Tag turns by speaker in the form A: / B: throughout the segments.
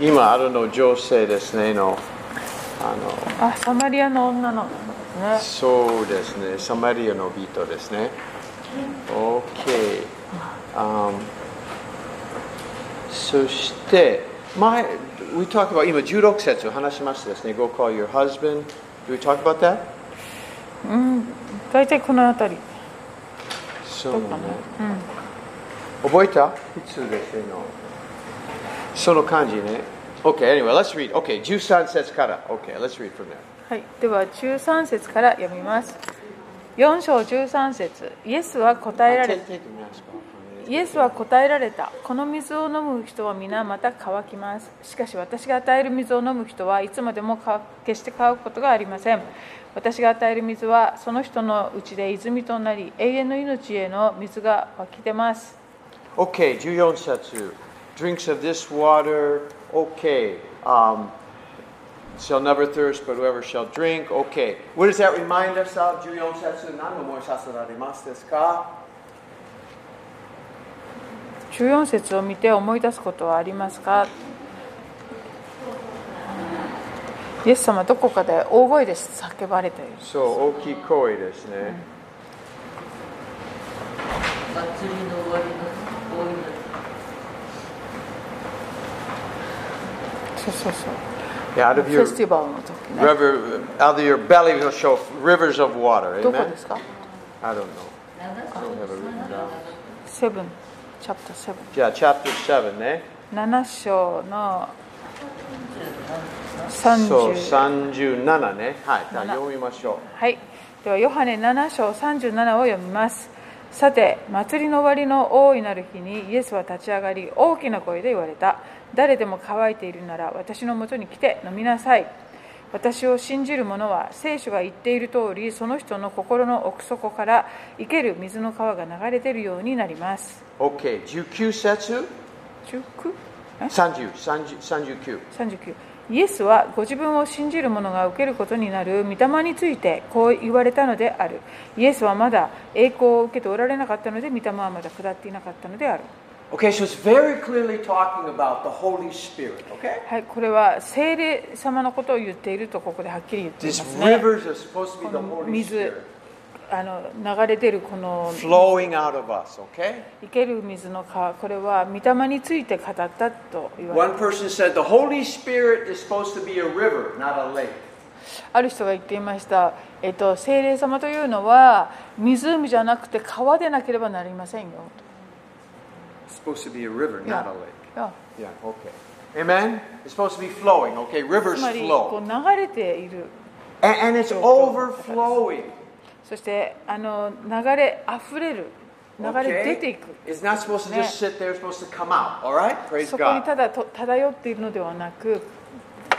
A: 今あるの女性ですねのあの
B: あサマリアの女の子ですね
A: そうですねサマリアの人ですね OK、um, そして前 we talked about 今16節を話しましたですね go call your husband do we talk about that?
B: 大体この辺り
A: そうね
B: どうかな
A: 覚えた普通ですねのその感じね OK anyway let's read OK 13節から OK let's read from there
B: はい、では13節から読みます4章13節イエスは答えられ
A: Take- take the mask off.
B: イエスは答えられたこの水を飲む人は皆また乾きますしかし私が与える水を飲む人はいつまでも乾決して乾くことがありません私が与える水はその人のうちで泉となり永遠の命への水が湧き出ます
A: Okay, Juyon Satsu. Drinks of this water, okay. Um, shall never thirst, but whoever shall drink, okay. What does that remind us of? Juyon Satsu, nanno
B: 14節を見て思い出すことはありますかイエス様どこかで大声で叫ばれている
A: So, oki koi desu ne.
C: 祭りの終わりの終わりの
B: そうそうそう
A: Yeah, out of
B: フ
A: your
B: ェスティバルの時ね
A: river, out of your belly will show rivers of water.
B: どこで
A: Amen.
B: すか
A: I don't know. I don't have it written down.
B: セブン、チャプター
A: Yeah, chapter seven, ne?
B: 7。7章の
A: So,
B: 30。
A: 37, ne? Hi, 読みましょう。
B: はい。では、ヨハネ7章37を読みます。さて、祭りの終わりの大いなる日にイエスは立ち上がり、大きな声で言われた。誰でも乾いているなら、私のもとに来て飲みなさい。私を信じる者は聖書が言っている通りその人の心の奥底から生ける水の川が流れているようになります
A: OK、19節
B: 19? え
A: 30, 30 ?39。
B: 39イエスはご自分を信じる者が受けることになる御霊についてこう言われたのであるイエスはまだ栄光を受けておられなかったので御霊はまだ下っていなかったのである
A: Okay, so it's very clearly talking about the Holy Spirit, okay?
B: はいこれは聖霊様のことを言っているとここではっきり言っていま
A: These
B: すね
A: rivers are supposed to be the Holy
B: 水
A: Spirit
B: あの流れてるこの
A: flowing out of us, okay?
B: 生ける水の川これは御霊について語ったと言わ
A: One
B: れる
A: person said the Holy Spirit is supposed to be a river, not a lake.
B: ある人が言っていました、えっと、聖霊様というのは湖じゃなくて川でなければなりませんよ
A: It's supposed to be a river, not a lake.
B: いや
A: Yeah, okay. Amen? It's supposed to be flowing, okay?
B: つ
A: Rivers
B: まりこ
A: flow.
B: う流れている
A: And, and it's overflowing.
B: そしてあの流れあふれる流れ出てい
A: Okay?
B: く
A: It's not supposed to just sit there, it's supposed to come out, all right? Praise
B: そこに
A: God.
B: ただと漂っているのではなく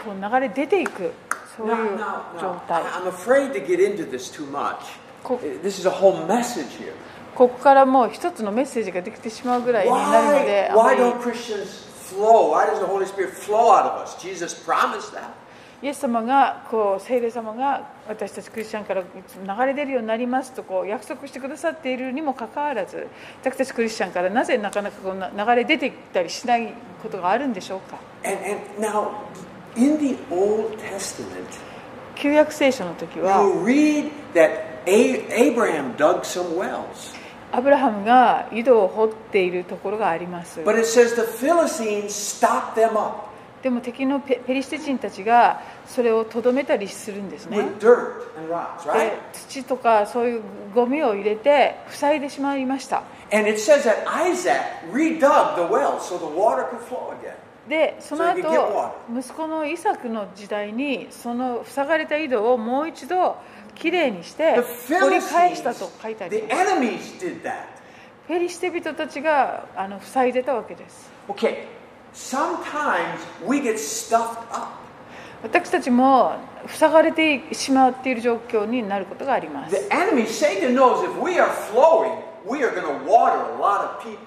B: こう流れ出ていくそうい
A: No,
B: う
A: no,
B: 状
A: no.
B: 態
A: I- I'm afraid to get into this too much. Uh,
B: こ
A: This is a whole message here.
B: ここからもう一つのメッセージができてしまうぐらいになるので
A: Why,
B: あ
A: why
B: まり
A: don't Christians flow? Why does the Holy Spirit flow out of us? Jesus promised that.
B: イエス様がこう聖霊様が私たちクリスチャンから流れ出るようになりますとこう約束してくださっているにもかかわらず私たちクリスチャンからなぜなかなかこうな流れ出てきたりしないことがあるんでしょうか
A: And, and now, in the Old Testament,
B: 旧約聖書の時
A: you
B: は
A: read that A- Abraham dug some wells.
B: アブラハムが井戸を掘っているところがあります
A: But it says the Philistines stopped them up
B: でも敵のペペリシテ人たちがそれをとどめたりするんですね
A: with dirt and rocks,
B: で
A: right?
B: 土とかそういうゴミを入れて塞いでしまいました
A: And it says that Isaac redug the well so the water could flow again.
B: でその
A: So you get water.
B: 後息子のイサクの時代にその塞がれた井戸をもう一度きれいにして
A: The
B: 掘り
A: Philistines,
B: 返したと書いてあり
A: the
B: ます
A: enemies did that.
B: フェリシテ人たちがあの塞いでたわけです
A: Okay, sometimes we get stuffed up.
B: 私たちも塞がれてしまっている状況になることがあります
A: The enemy, Satan knows if we are flowing, we are going to water a lot of people.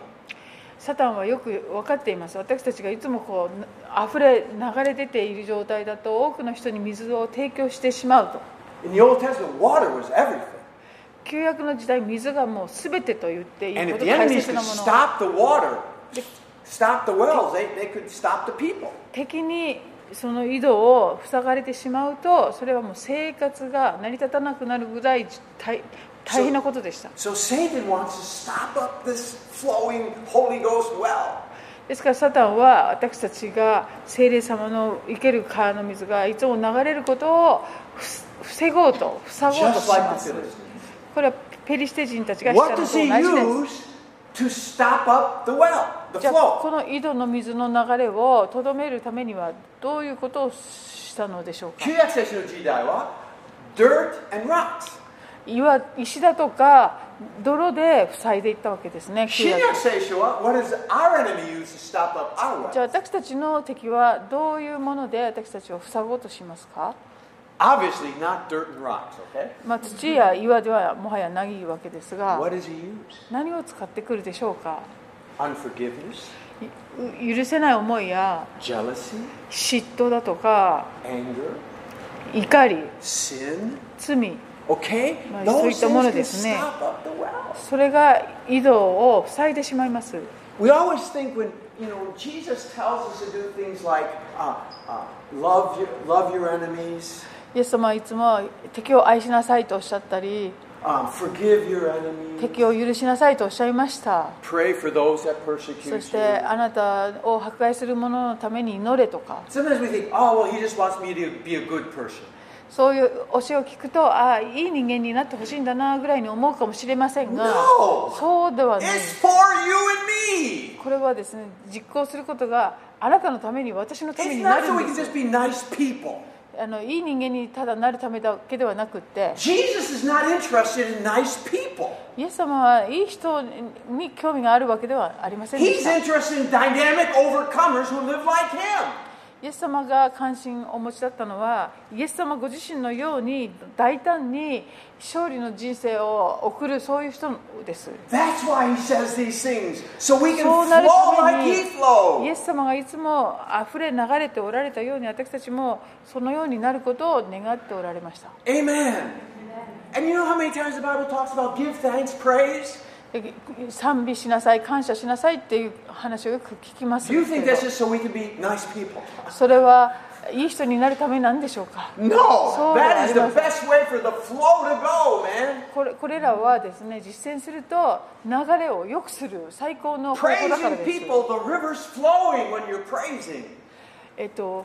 B: サタンはよく分かっています私たちがいつもこうあふれ流れ出ている状態だと多くの人に水を提供してしまうと
A: In the Old Testament, water was everything.
B: 旧約の時代水がもう全てと言ってい
A: And
B: いほ
A: if
B: ど
A: the
B: 大
A: enemies
B: 切
A: could
B: なもの
A: stop the water, stop the wells, they, they could stop the people.
B: 敵にその井戸を塞がれてしまうとそれはもう生活が成り立たなくなるぐらい大大変なことでした
A: So Satan wants to stop up this flowing Holy Ghost well.
B: ですからサタンは私たちが聖霊様の生ける川の水がいつも流れることをふす防ごうと塞ごうと
A: Just
B: し
A: like
B: ま
A: the
B: す
A: Philistines.
B: これはペリシテ人たちがした
A: What
B: のと同
A: does
B: じ
A: he
B: です
A: use to stop up the well, the
B: じゃあこ
A: flow?
B: の井戸の水の流れをとどめるためにはどういうことをしたのでしょうか
A: 旧約聖書の時代は dirt and rocks。
B: 岩石だとか泥で塞いでいったわけですね旧
A: 新
B: 約
A: 約聖書は what does our enemy use to stop up our
B: じゃ
A: well?
B: あ私たちの敵はどういうもので私たちを塞ごうとしますか、
A: Obviously not dirt and rocks, okay?
B: まあ、土や岩ではもはやないわけですが
A: What does he use?
B: 何を使ってくるでしょうか
A: Unforgiveness,
B: ゆ許せない思いや
A: jealousy,
B: 嫉妬だとか
A: anger,
B: 怒り
A: sin,
B: 罪
A: okay?
B: まあ、
A: Those
B: そういったもの
A: things can
B: ですね。
A: stop up the well.
B: それが井戸を塞いでしまいます
A: We always think when you know when Jesus tells us to do things like uh, uh, love your, love your enemies,
B: イエス様はいつも敵を愛しなさいとおっしゃったり
A: um, forgive your enemies,
B: 敵を許しなさいとおっしゃいました
A: pray for those that persecute
B: そして
A: you.
B: あなたを迫害する者のために祈れとか
A: Sometimes we think, oh well, he just wants me to be a good person.
B: そういう教えを聞くとああいい人間になってほしいんだなぐらいに思うかもしれませんが
A: No
B: そうではない
A: It's for you and me.
B: これはですね実行することがあなたのために私のため
A: It's
B: にな
A: not
B: る
A: so we
B: ん
A: can
B: です
A: just be nice people.
B: あのいい人間にただなるためだけではなくって
A: Jesus is not interested in nice people.
B: イエス様はいい人に興味があるわけではありませんでし
A: He's
B: たイ
A: interested in dynamic overcomers who live like him.
B: エス様が関心をお持ちだったのはイエス様ご自身のように大胆に勝利の人生を送るそういう人です
A: That's why he says these things. So we can
B: そうなる
A: flow
B: ため
A: like
B: に
A: he flows.
B: イエス様がいつも溢れ流れておられたように私たちもそのようになることを願っておられました
A: Amen. And you know how many times the Bible talks about give thanks, praise?
B: で賛美しなさい感謝しなさいっていう話をよく聞きます
A: Do you think
B: けど
A: that's just so we can be nice people?
B: それはいい人になるためなんでしょうか
A: No!
B: So
A: That is the
B: nice.
A: best way for the flow to go, man.
B: これこれらはですね実践すると流れを良くする最高の方法だから
A: Praising
B: です
A: people, the river's flowing when you're praising.
B: えっと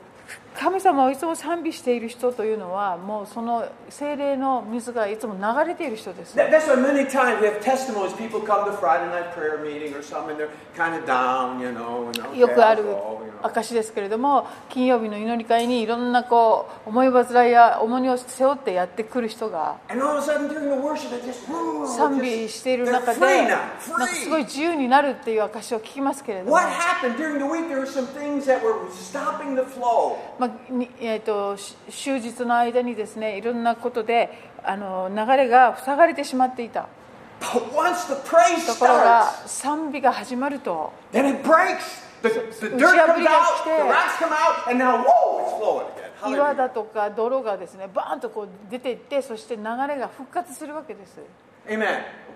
B: 神様をいつも賛美している人というのはもうその精霊の水がいつも流れている人です
A: That- That's why many times we have testimonies. People come to Friday night prayer meeting or something, and they're kind of down, you know. And, okay,
B: よくあ
A: I'll
B: る
A: go, you know.
B: 証ですけれども金曜日の祈り会にいろんなこう思い煩いや重荷を背負ってやってくる人が
A: And all of a sudden during the worship, they just, woo,
B: 賛
A: they're
B: 美している
A: they're
B: 中
A: free
B: で
A: now,
B: なんかすごい
A: free.
B: 自由になるっていう証を聞きますけれども
A: What、happened during the week? There were some things that were stopping the flow.
B: まあにえー、とし終日の間にですねいろんなことであの流れが塞がれてしまっていた
A: But once the praise
B: ところが
A: starts,
B: 賛美が始まると
A: then it breaks. The, the dirt comes out, the rocks come out, and now, whoa, it's flowing again.
B: 岩
A: Hallelujah.
B: だとか泥がですねバーンとこう出ていってそして流れが復活するわけです
A: Amen.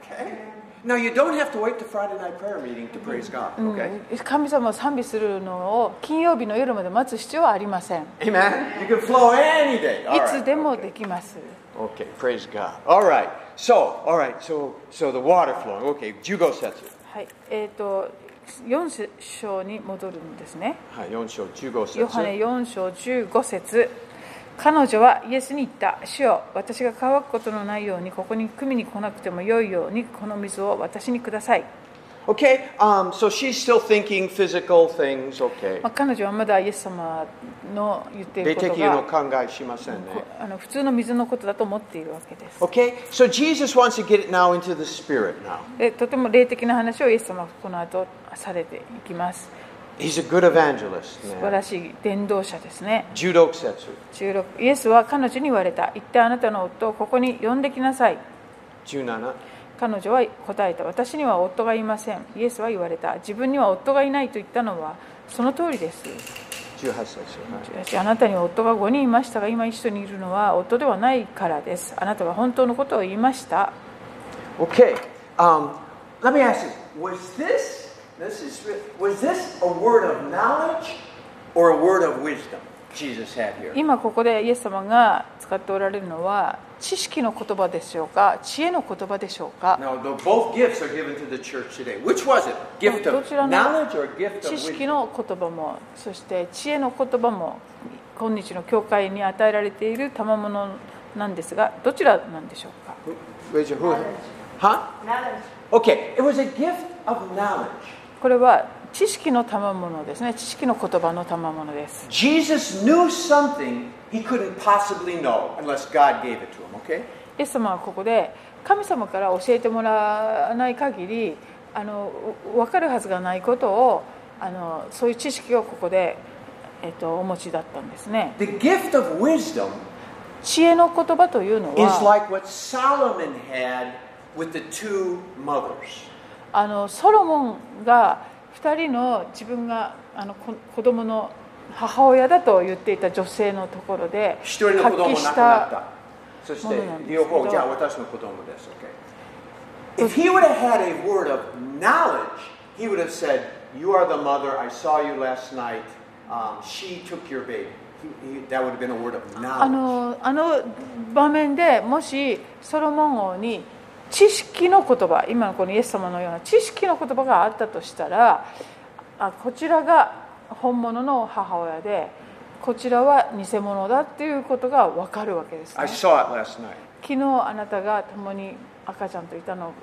A: Okay? Now, you don't have to wait to Friday night prayer meeting to praise God. Okay?
B: 神様を賛美するのを金曜日の夜まで待つ必要はありませんい
A: Amen. You can flow any day. All
B: つ
A: right.
B: でもできます、
A: Okay, praise God. All right. So, all right. So, so the water flowing. Okay, Jugo Setsu.
B: はいえー、と4章に戻るんですね
A: Hi, Yonsho, Jugo
B: ヨハネ
A: Setsu.
B: 4章15節彼女はイエスに言った主よ私が乾くことのないようにここに組みに来なくてもよいようにこの水を私にください、
A: Okay, um, so she's still thinking physical things. Okay.
B: まあ、彼女はまだイエス様の言っていることが
A: 霊
B: こ
A: 的の考えしませんね。
B: あの普通の水のことだと思っているわけです
A: eh? Okay, so Jesus wants to get it now into the spirit now.
B: でとても霊的な話をイエス様はこの後されていきます
A: He's a good evangelist.
B: 素晴
A: Man.
B: らしい伝道者ですね
A: Judo Setsu.
B: 16イエスは彼女に言われた言ってあなたの夫をここに呼んできなさい
A: 17.
B: 彼女は答えた私には夫がいませんイエスは言われた自分には夫がいないと言ったのはその通りです
A: 18節。はい。
B: あなたには夫が5人いましたが今一緒にいるのは夫ではないからですあなたは本当のことを言いました
A: Okay, um, let me ask you: Was this This is re- was this a word of knowledge or a word of wisdom Jesus had here?
B: 今ここでイエス様が使っておられるのは知識の言葉でしょうか知恵の言葉でしょうか
A: Now, the, both gifts are given to the church today. Which was it? Gift of
B: Well, どちらの
A: knowledge or gift of
B: 知識
A: wisdom?
B: の言葉もそして知恵の言葉も今日の教会に与えられている賜物なんですがどちらなんでしょうか
A: Who- Raise your hand.
D: Knowledge.
A: Huh?
D: Knowledge.
A: Okay, it was a gift of knowledge.
B: これは知識の賜物ですね知識の言葉の賜物です
A: Jesus knew something he couldn't possibly know unless God gave it to him, okay?
B: イエス様はここで神様から教えてもらわない限りあの分かるはずがないことをあのそういう知識をここで、えっと、お持ちだったんですね
A: The gift of wisdom
B: 知恵の言葉というの
A: is
B: は
A: like what Solomon had with the two mothers.
B: あのソロモンが2人の自分があのこ子供の母親だと言っていた女性のところで
A: 一人の子供を亡くなった。そして
B: ものなんですけど。
A: 両方じゃあ私の子供です。Okay? If he would have had a word of knowledge, he would have said, "You are the mother. I saw you last night. Um, she took your baby." He, he, that would have been a word of
B: あ
A: knowledge.
B: のあの場面でもしソロモン王に知識の言葉今のこのイエス様のような知識の言葉があったとしたらあこちらが本物の母親でこちらは偽物だっていうことが分かるわけです、ね、
A: I
B: 昨
A: saw it last night.
B: 日あなたが共に赤ちゃんといたのを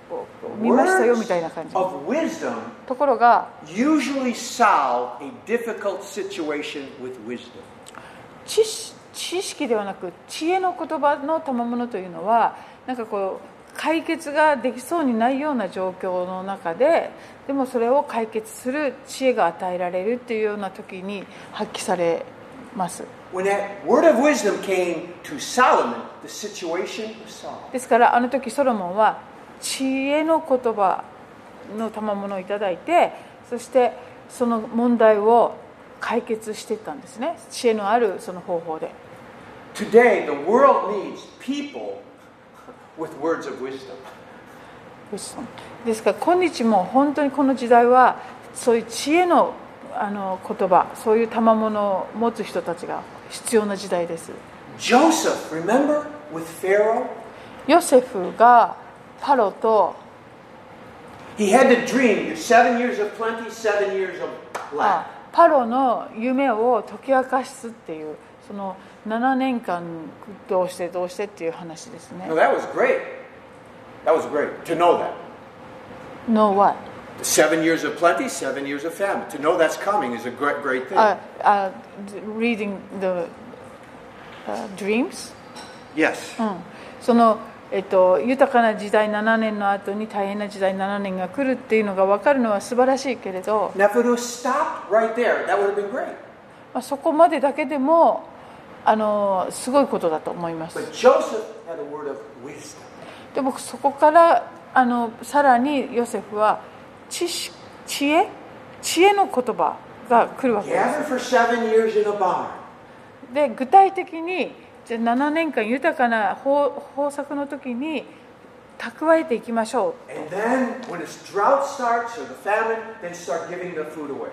B: 見ましたよみ
A: Words
B: たいな感じ
A: of wisdom
B: ところが
A: usually solve a difficult situation with wisdom.
B: 知識知識ではなく知恵の言葉の賜物というのはなんかこう解決ができそうにないような状況の中ででもそれを解決する知恵が与えられるっていうような時に発揮されます。
A: When that word of wisdom came to Solomon, the situation was solved.
B: ですからあの時ソロモンは知恵の言葉の賜物をいただいてそしてその問題を解決していったんですね知恵のあるその方法で。
A: Today, the world needs people with words of wisdom.
B: ですから今日も本当にこの時代はそういう知恵のあの言葉そういう賜物を持つ人たちが必要な時代です
A: Joseph, remember, with Pharaoh?
B: ヨセフがパロと
A: He had the dream seven years of plenty, seven years of
B: あ
A: lack.
B: パロの夢を解き明かすっていうその7年間どうしてどうしてっていう話ですね
A: No, that was great. That was great to know that.
B: No what?
A: The Seven years of plenty, seven years of famine. To know that's coming is a great, great thing.
B: ああ reading the、uh, dreams?
A: yes.
B: うん、その、えっと、豊かな時代7年の後に大変な時代7年が来るっていうのが分かるのは素晴らしいけれど、
A: Now, if it was stopped right there, that would have been great.
B: まあ、そこまでだけでもあのすごいことだと思います
A: But Joseph had a word of wisdom.
B: でもそこからあのさらにヨセフは知識知恵知恵の言葉が来るわけです
A: Gathered for seven years in a barn.
B: で具体的にじゃあ7年間豊かな豊豊作の時に蓄えていきましょう
A: And then when this drought starts or the famine, they start giving the food away.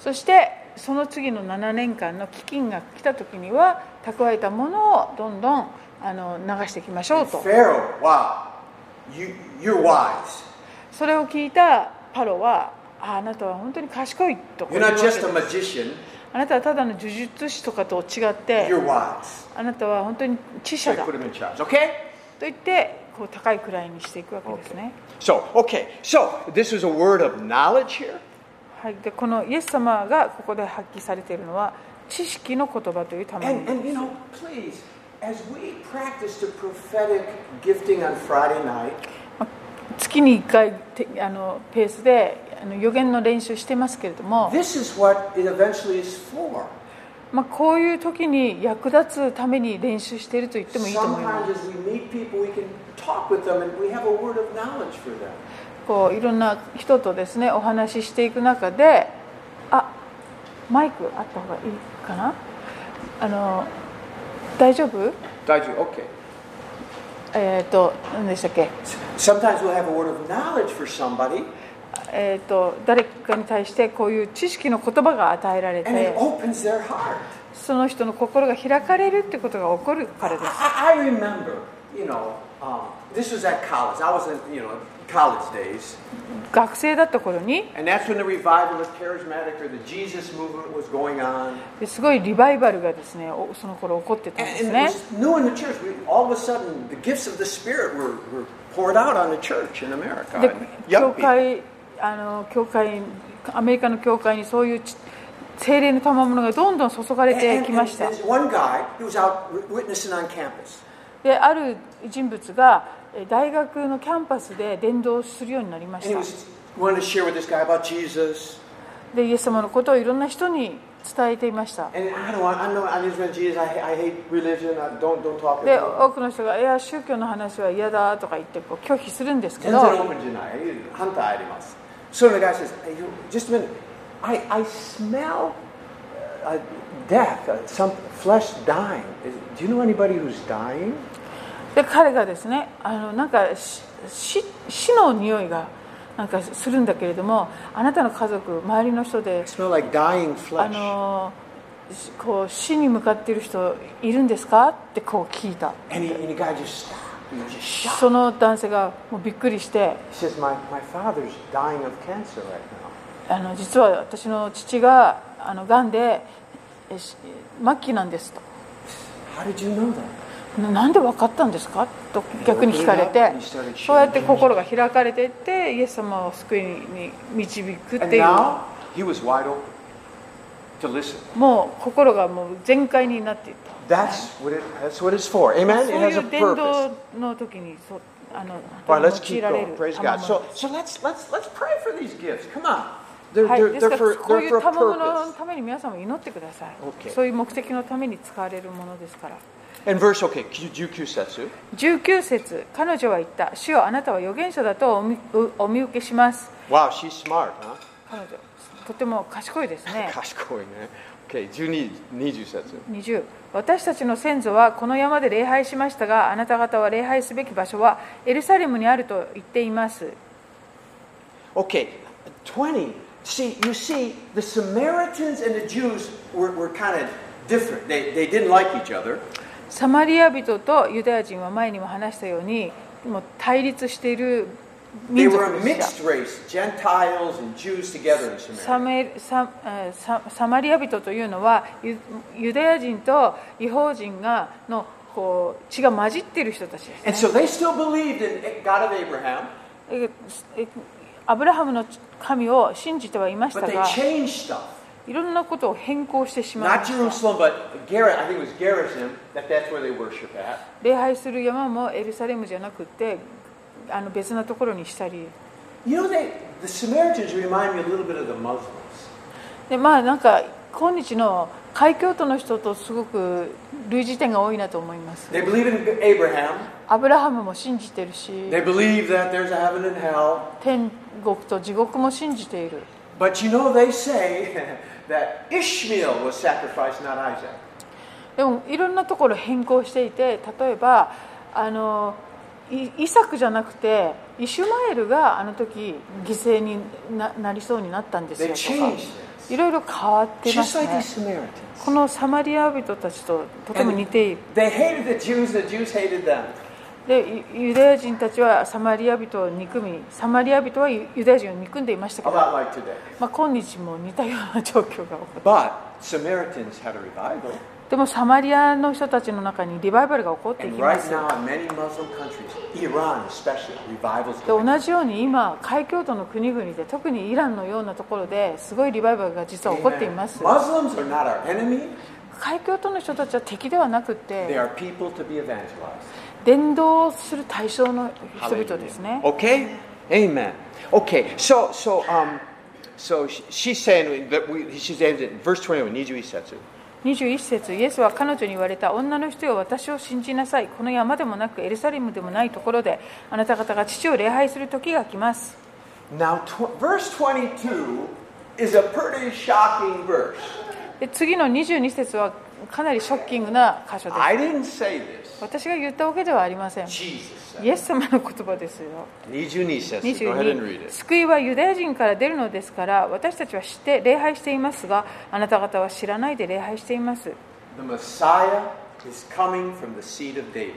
B: そしてその次の7年間の飢饉が来た時には蓄えたものをどんどんあの流していきましょうと
A: Pharaoh, wow, you, you're wise.
B: それを聞いたパロはああなたは本当に賢いとこう
A: You're
B: 言う
A: not
B: わけで
A: just
B: す
A: a magician,
B: あなたはただの呪術師とかと違って
A: you're wise.
B: あなたは本当に知
A: They
B: 者だと
A: put him in charge, okay?
B: 言ってこう高い位にしていくわけですね、
A: So, okay, so this is a word of knowledge here.
B: はい、でこのイエス様がここで発揮されているのは知識の言葉というため
A: And, and you know, please, as we practice the prophetic gifting on Friday night,
B: 月に1回てあのペースであの予言の練習してますけれども、
A: this is what it eventually is for.
B: まあ、こういう時に役立つために練習していると言ってもいいと思いま
A: Sometimes
B: す
A: as we meet people, we can talk with them and we have a word of knowledge for them.
B: こういろんな人とですねお話ししていく中であマイクあった方がいいかなあの大丈夫
A: Okay.
B: えっ、と何でしたっけ
A: Sometimes we'll have a word of knowledge for somebody,
B: えー、と誰かに対してこういう知識の言葉が与えられ
A: and it
B: て
A: opens their heart.
B: その人の心が開かれるってことが起こるからです
A: I, I remember, you know, um, this was at college. I was in, you know, college days.
B: 学生だった頃に
A: And that's when the revival of charismatic or the Jesus movement was going on.
B: すごいリバイバルがですねおその頃起こってたんで
A: And,
B: す
A: and it was
B: ね
A: new in the church. We, all of a sudden, the gifts of the Spirit were, were poured out on the church in America.
B: で
A: And young
B: 教
A: people.
B: 会あの教会アメリカの教会にそういうち精霊の賜物がどんどん注がれ
A: And,
B: て
A: and,
B: きました
A: there's one guy, he was out wi- witnessing on campus.
B: である人物がえ大学のキャンパスで伝道するようになりま
A: And
B: し
A: he
B: た
A: was wanted to share with this guy about Jesus.
B: でイエス様のことをいろんな人に伝えていました
A: And I don't want, I know, I just met Jesus. I, ha- I hate religion. I don't, don't talk
B: で
A: about
B: 多くの人が「いや宗教の話は嫌だ」とか言ってこう拒否するんです
A: it.
B: けど
A: 全然オープンじゃない。反対あります。 So the guy says, hey, you, just a minute. I, I smell uh, death, uh, some flesh dying. Is, do you know anybody who's dying?
B: で彼がですねあのなんかしし死の匂いがなんかするんだけれどもあなたの家族周りの人で
A: I smell like dying
B: あ
A: flesh.
B: のしこう死に向かっている人いるんですかってこう聞いた
A: and, he, and the guy just stopped. He was just shocked.
B: その男性がもうびっくりして
A: He says, my, my father's dying of cancer right now.
B: あの実は私の父があの癌でえし末期なんですと
A: How did you know that?
B: ななんで分かったんですかと逆に聞かれて
A: Open it up and started sharing.
B: そうやって心が開かれていってイエス様を救いに導くっ
A: And
B: ていう
A: now he was wide open to listen.
B: もう心がもう全開になっていった
A: That's what it. That's what it's for.
B: そ
A: Amen.
B: う
A: It has
B: い
A: a
B: う伝道
A: purpose.
B: の時にそうあの
A: All right, let's
B: 用
A: keep
B: いられ
A: going.
B: る
A: Praise God.
B: 賜
A: So,
B: 物
A: so let's let's let's pray for these gifts. Come on, they're
B: はい、
A: they're,
B: です
A: they're
B: から
A: for
B: こうい
A: they're for
B: う
A: a
B: 賜物
A: purpose.
B: のために皆さんも祈ってください、
A: Okay.
B: そういう目的のために使われるものですから
A: And verse okay, Juku Setsu.
B: 19節彼女は言った主よあなたは預言者だとお見お見受けします
A: Wow, she's smart, huh?
B: 彼女とても賢いです ね
A: Gosh, going there. Okay, Juni Niju Setsu.
B: 20私たちの先祖はこの山で礼拝しましたがあなた方は礼拝すべき場所はエルサレムにあると言っています
A: Okay, twenty. See, you see, the Samaritans and the Jews were, were kind of different. They, they didn't like each other.
B: サマリア人とユダヤ人は前にも話したようにもう対立している
A: They
B: 民
A: were
B: 族
A: a
B: でした
A: mixed race, Gentiles and Jews together in
B: サ
A: Samaria.
B: メサえーササマリア人というのはユユダヤ人と違法人がのこう血が混じっている人たちで
A: And
B: す、ね
A: so they still believed in God of Abraham,
B: ええアブラハムの神を信じてはいまし
A: but
B: た
A: they
B: が
A: changed stuff.
B: いろんなことを変更してしまいま
A: Not
B: した
A: Jerusalem, but Gerizim. I think it was Gerizim that that's where they worship at.
B: 礼拝する山もエルサレムじゃなくてあの別なところにしたり
A: You know, they, the Samaritans remind me a little bit of the Muslims.
B: でまあなんか今日の海峡都の人とすごく類似点が多いなと思います
A: They believe in Abraham.
B: アブラハムも信じてるし
A: They believe that there's a heaven and hell.
B: 天国と地獄も信じている
A: But you know, they say that Ishmael was sacrificed, not Isaac.
B: でもいろんなところ変更していて例えばあのイイサクじゃなくてイシュマエルがあの時犠牲にななりそうになったんですよ
A: They
B: とか
A: changed
B: い
A: things.
B: ろいろ変わってま
A: Just
B: す
A: like
B: ね
A: these Samaritans.
B: このサマリア人たちととても似ている
A: They hated the Jews, the Jews hated them.
B: でユユダヤ人たちはサマリア人を憎みサマリア人はユユダヤ人を憎んでいました
A: A
B: けど、
A: lot like today.
B: まあ、今日も似たような状況が起こる
A: But Samaritans had a revival.
B: でもサマリアの人たちの中にリバイバルが起こってい
A: And
B: きま
A: right
B: す
A: now, in many Muslim countries, Iran especially, revivals
B: で
A: going
B: 同じように今、海峡都の国々で特にイランのようなところですごいリバイバルが実は起こっていま
A: Amen.
B: す
A: Muslims are not our enemy.
B: 海峡都の人たちは敵ではなく
A: They
B: て
A: are people to be evangelized.
B: 伝道する対象の人々ですね
A: Okay? Amen. Okay, so so um so sh- she's saying that we she's saying that in verse 21, Niju Isetsu.
B: 21節イエスは彼女に言われた女の人よ私を信じなさいこの山でもなくエルサレムでもないところであなた方が父を礼拝する時が来ます
A: Now tw- verse 22 is a pretty shocking verse.
B: で次の22節はかなりショッキングな箇所で
A: I
B: す
A: didn't say this.
B: 私が言ったわけではありません
A: Jesus said.
B: イエス様の言葉ですよ
A: Nijuni says it. Go ahead and read
B: 22
A: it.
B: 救いはユダヤ人から出るのですから私たちは知って礼拝していますがあなた方は知らないで礼拝しています
A: The Messiah is coming from the seed of David.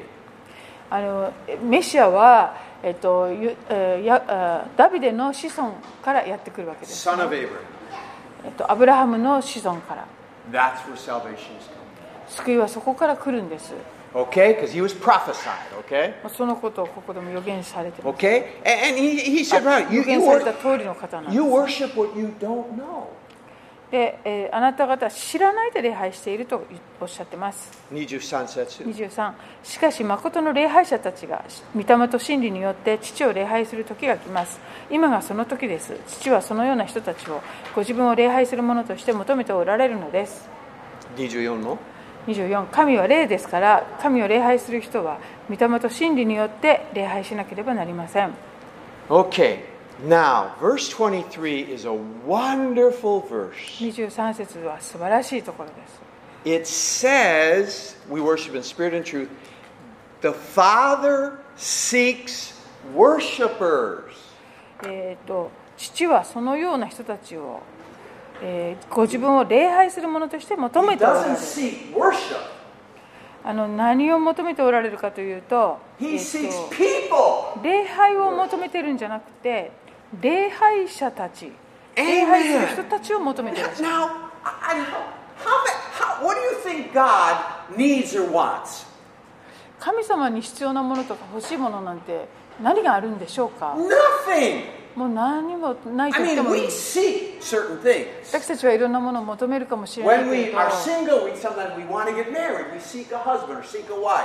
B: あのメシアは、えっとゆえーやあーダビデの子孫からやってくるわけです、
A: Son of Abraham.
B: えっとアブラハムの子孫から
A: That's where salvation is coming.
B: 救いはそこから来るんです
A: Okay? Because he was prophesied, okay?
B: まあそのことをここでも予言されてます
A: Okay? And, and he, he said, right,
B: 予
A: you, you,
B: 言された
A: wor-
B: 通りの方なんで
A: you
B: す
A: worship what you don't know.
B: で、えーあなた方は知らないで礼拝しているとおっしゃってます
A: Niju-san setsu.
B: 23しかし誠の礼拝者たちが御霊と真理によって父を礼拝する時が来ます今がその時です父はそのような人たちをご自分を礼拝する者として求めておられるのです
A: Niju-yon mo.
B: 24神は霊ですから神を礼拝する人は御霊と真理によって礼拝しなければなりません
A: Okay. Now, verse 23 is a wonderful verse.
B: 23節は素晴らしいところです
A: It says, we worship in spirit and truth, the Father seeks worshipers.
B: えー、と父はそのような人たちを、えーご自分を礼拝する者として求
A: He
B: めておられ
A: doesn't
B: る
A: seek worship,
B: あの何を求めておられるかというと,、え
A: He
B: ー
A: seeks
B: と
A: people.
B: 礼拝を求めてるんじゃなくて礼拝者たち
A: Amen.
B: 礼拝する人たちを求めてる
A: Now, I, I- how, ma- how, what do you think God needs or wants?
B: 神様に必要なものとか欲しいものなんて何があるんでしょうか
A: Nothing.
B: もう何もないと
A: I
B: 言って
A: mean,
B: もいい
A: we seek certain things.
B: 私たちはいろんなものを求めるかもしれな
A: When
B: いけれ
A: we
B: ど
A: are single, we sometimes we want to get married. We seek a husband or seek a wife.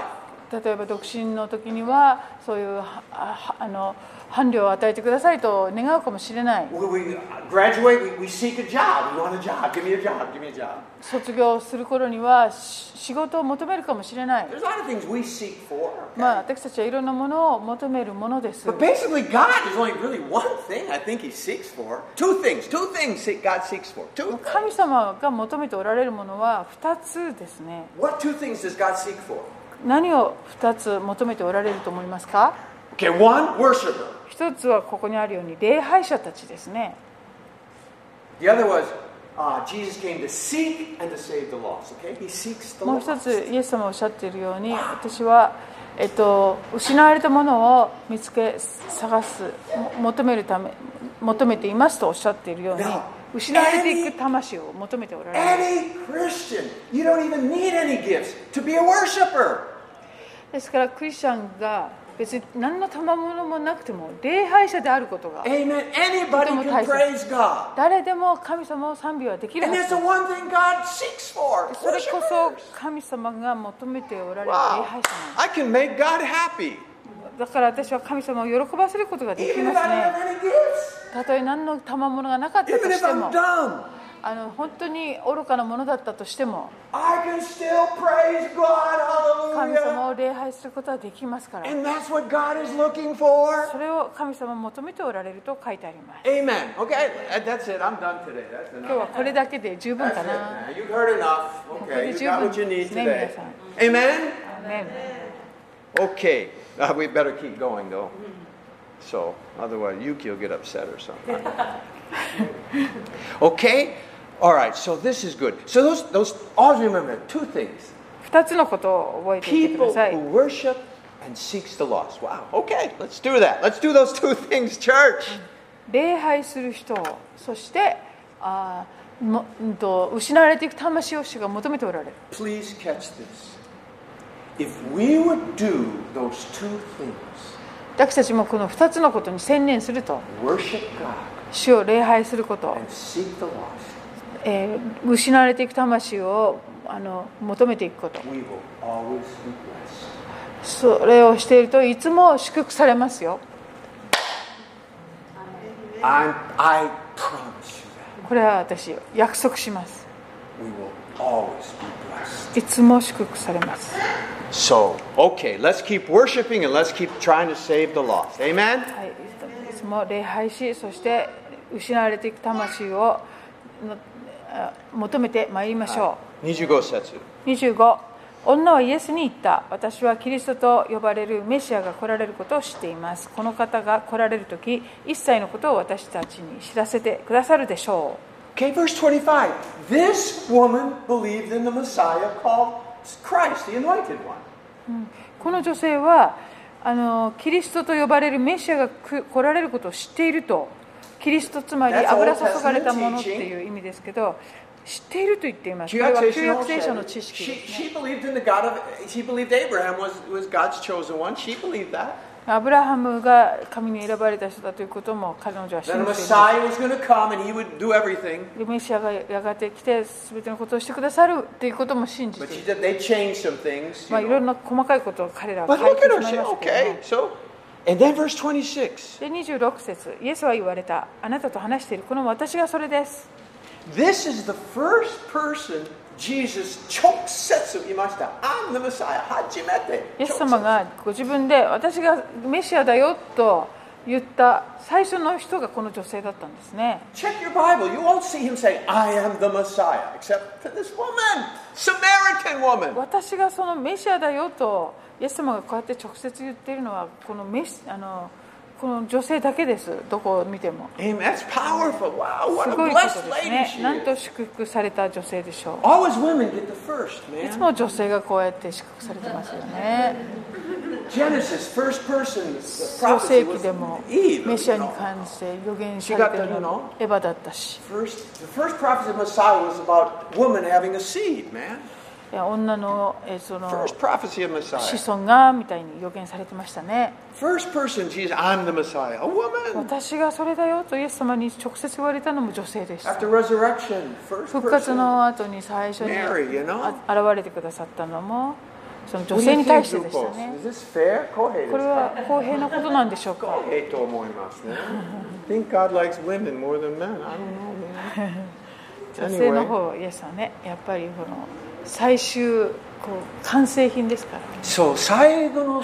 B: 例えば独身の時にはそういうはああの伴侶を与えてくださいと願うかもしれない
A: When we uh, graduate, we, we seek a job. We want a job. Give me a job. Give me a job.
B: 卒業する頃にはし仕事を求めるかもしれない
A: There's a lot of things we seek for. okay?
B: まあ私たちはいろんなものを求めるものです
A: But basically, God is only really one thing I think He seeks for. Two things. Two things se- God seeks for. Two.
B: 神様が求めておられるものは2つですね
A: What two things does God seek for?
B: 何を2つ求めておられると思いますか
A: Okay, one, worshiper.
B: 一つはここにあるように礼拝者たちですね
A: The other was uh, Jesus came to seek and to save the lost. Okay, He seeks the
B: もう一
A: lost.
B: つイエス様がおっしゃっているように私は、えっと、失われたものを見つけ探すも求めるため求めていますとおっしゃっているように
A: No.
B: 失われていく魂を求めておられる
A: Any Christian, you don't even need any gifts to be a worshiper.
B: ですからクリスチャンが別に何の賜物もなくても礼拝者であることが
A: Amen. Anybody can
B: Sometimes-
A: praise God.
B: 誰でも神様を賛美はできる
A: And
B: はずで
A: that's
B: す
A: the one thing God seeks for.
B: それこ
A: worshipers.
B: そ神様が求めておられる礼
A: Wow.
B: 拝者なんで
A: I can make God happy.
B: すだから私は神様を喜ばせることができ
A: Even
B: ま
A: if I
B: す
A: don't
B: ね
A: have any gifts.
B: たとえ何の賜物がなかったと
A: Even if
B: しても
A: I'm dumb.
B: あの本当に愚かなものだったとしても
A: I can still praise God.
B: 神
A: Hallelujah.
B: 様を礼拝することはできますから
A: And that's what God is looking for.
B: それを神様求めておられると書いてあります
A: Amen. Okay, uh, that's it. I'm done today. That's
B: 今日は
A: enough.
B: これだけで十分
A: That's
B: か
A: it.
B: な
A: Now. You've heard enough. Okay, you got what you need today. Amen.
B: ね
A: Okay, uh, we better keep going though. So, otherwise, Yuki will get upset or something. okay, all right, so this is good. So, those, those always remember two things
B: 2つのことを覚えていてくだ
A: people
B: さ
A: who
B: い
A: worship and seeks the lost. Wow, okay, let's do that. Let's do those two things, church.
B: 礼拝する人をそしてあーもうんと失われていく魂を主が求めておられる
A: Please catch this. If we would do those two things,
B: 私たちもこの2つのことに専念すると
A: worship God
B: 主を礼拝すること、
A: and seek the lost,
B: えー失われていく魂をあの求めていくこと
A: we will always be blessed.
B: それをしているといつも祝福されますよ
A: I'm, I promise you that
B: これは私約束します
A: we will always be blessed.
B: いつも祝福されます
A: So, okay, let's keep worshiping and let's keep trying to save the lost. Amen?
B: はい、いつも礼拝しそして失われていく魂をのあ求めてまいりましょう、
A: 25節
B: 25女はイエスに言った私はキリストと呼ばれるメシアが来られることを知っていますこの方が来られる時一切のことを私たちに知らせてくださるでしょ
A: Okay, verse 25. This woman believed in the Messiah called Christ, the anointed one.
B: うこの女性はあのキリストと呼ばれるメシアが来来られることを知っているとキリストつまり
A: That's Old
B: 油注がれたもの
A: Testament
B: っていう意味ですけど知っていると言っていますこれは旧約聖書の知
A: She,
B: 識ですね
A: she believed in the God of, she believed Abraham was, was God's chosen one. She believed that.
B: アブラハムが神に選ばれた人だということも彼女は信じて
A: That
B: い
A: a
B: ます。
A: Messiah was going to come and he would do everything.
B: でメシアがやがて来て全てのことをしてくださるということも信じて
A: But she
B: いる
A: did, they changed some things.
B: まあ
A: You
B: いろ
A: know.
B: んな細かいことを彼らは
A: But
B: 変え
A: look
B: て
A: at
B: し
A: her.
B: ま
A: She,
B: いますけれど
A: okay,
B: も
A: so. And then verse 26.
B: で26節イエスは言われたあなたと話しているこの私がそれです
A: This is the first person Jesus chokusetsu imashita. I'm the Messiah. Hajimete.
B: イエス様がご自分で私がメシアだよと言った最初の人がこの女性だったんですね
A: Check your Bible. You won't see him saying, I am the Messiah, except to this woman, Samaritan woman.
B: 私がそのメシアだよとイエス様がこうやって直接言っているのはこのメシあのこの女性だけですどこを見ても
A: Amen. That's powerful. Wow,
B: す
A: what a
B: ごいこ
A: blessed
B: とです
A: lady
B: ね
A: she
B: なんと
A: is.
B: 祝福された女性でしょ
A: Always women get the first,
B: ういつ
A: man.
B: も女性がこうやって祝福されてますよね
A: Genesis, first person, the
B: 創
A: prophecy
B: 世記
A: was
B: でも
A: Eve.
B: メシアに
A: you know.
B: 関して予言されている
A: She got the, you
B: の
A: know.
B: エヴァだったし
A: First, the first prophecy of Messiah was about woman having a seed, man.
B: いや女のえーその
A: First prophecy of Messiah.
B: 子孫がみたいに予言されてましたね
A: First person, Jesus, I'm the Messiah. A woman.
B: 私がそれだよとイエス様に直接言われたのも女性でした
A: After resurrection, first
B: 復活
A: person.
B: の後に最初に
A: Mary, you know?
B: あ現れてくださったのもその
A: What
B: 女
A: do
B: 性
A: you
B: に対
A: think,
B: してでした
A: Zupos?
B: ね
A: Is this fair?
B: これは公平なことなんでしょうか
A: 公平と思いますね。I think God likes women more than men. I don't know, man.
B: 女性の
A: Anyway,
B: 方イエスはねやっぱりこの最終こう完成品ですからね
A: そう、最後の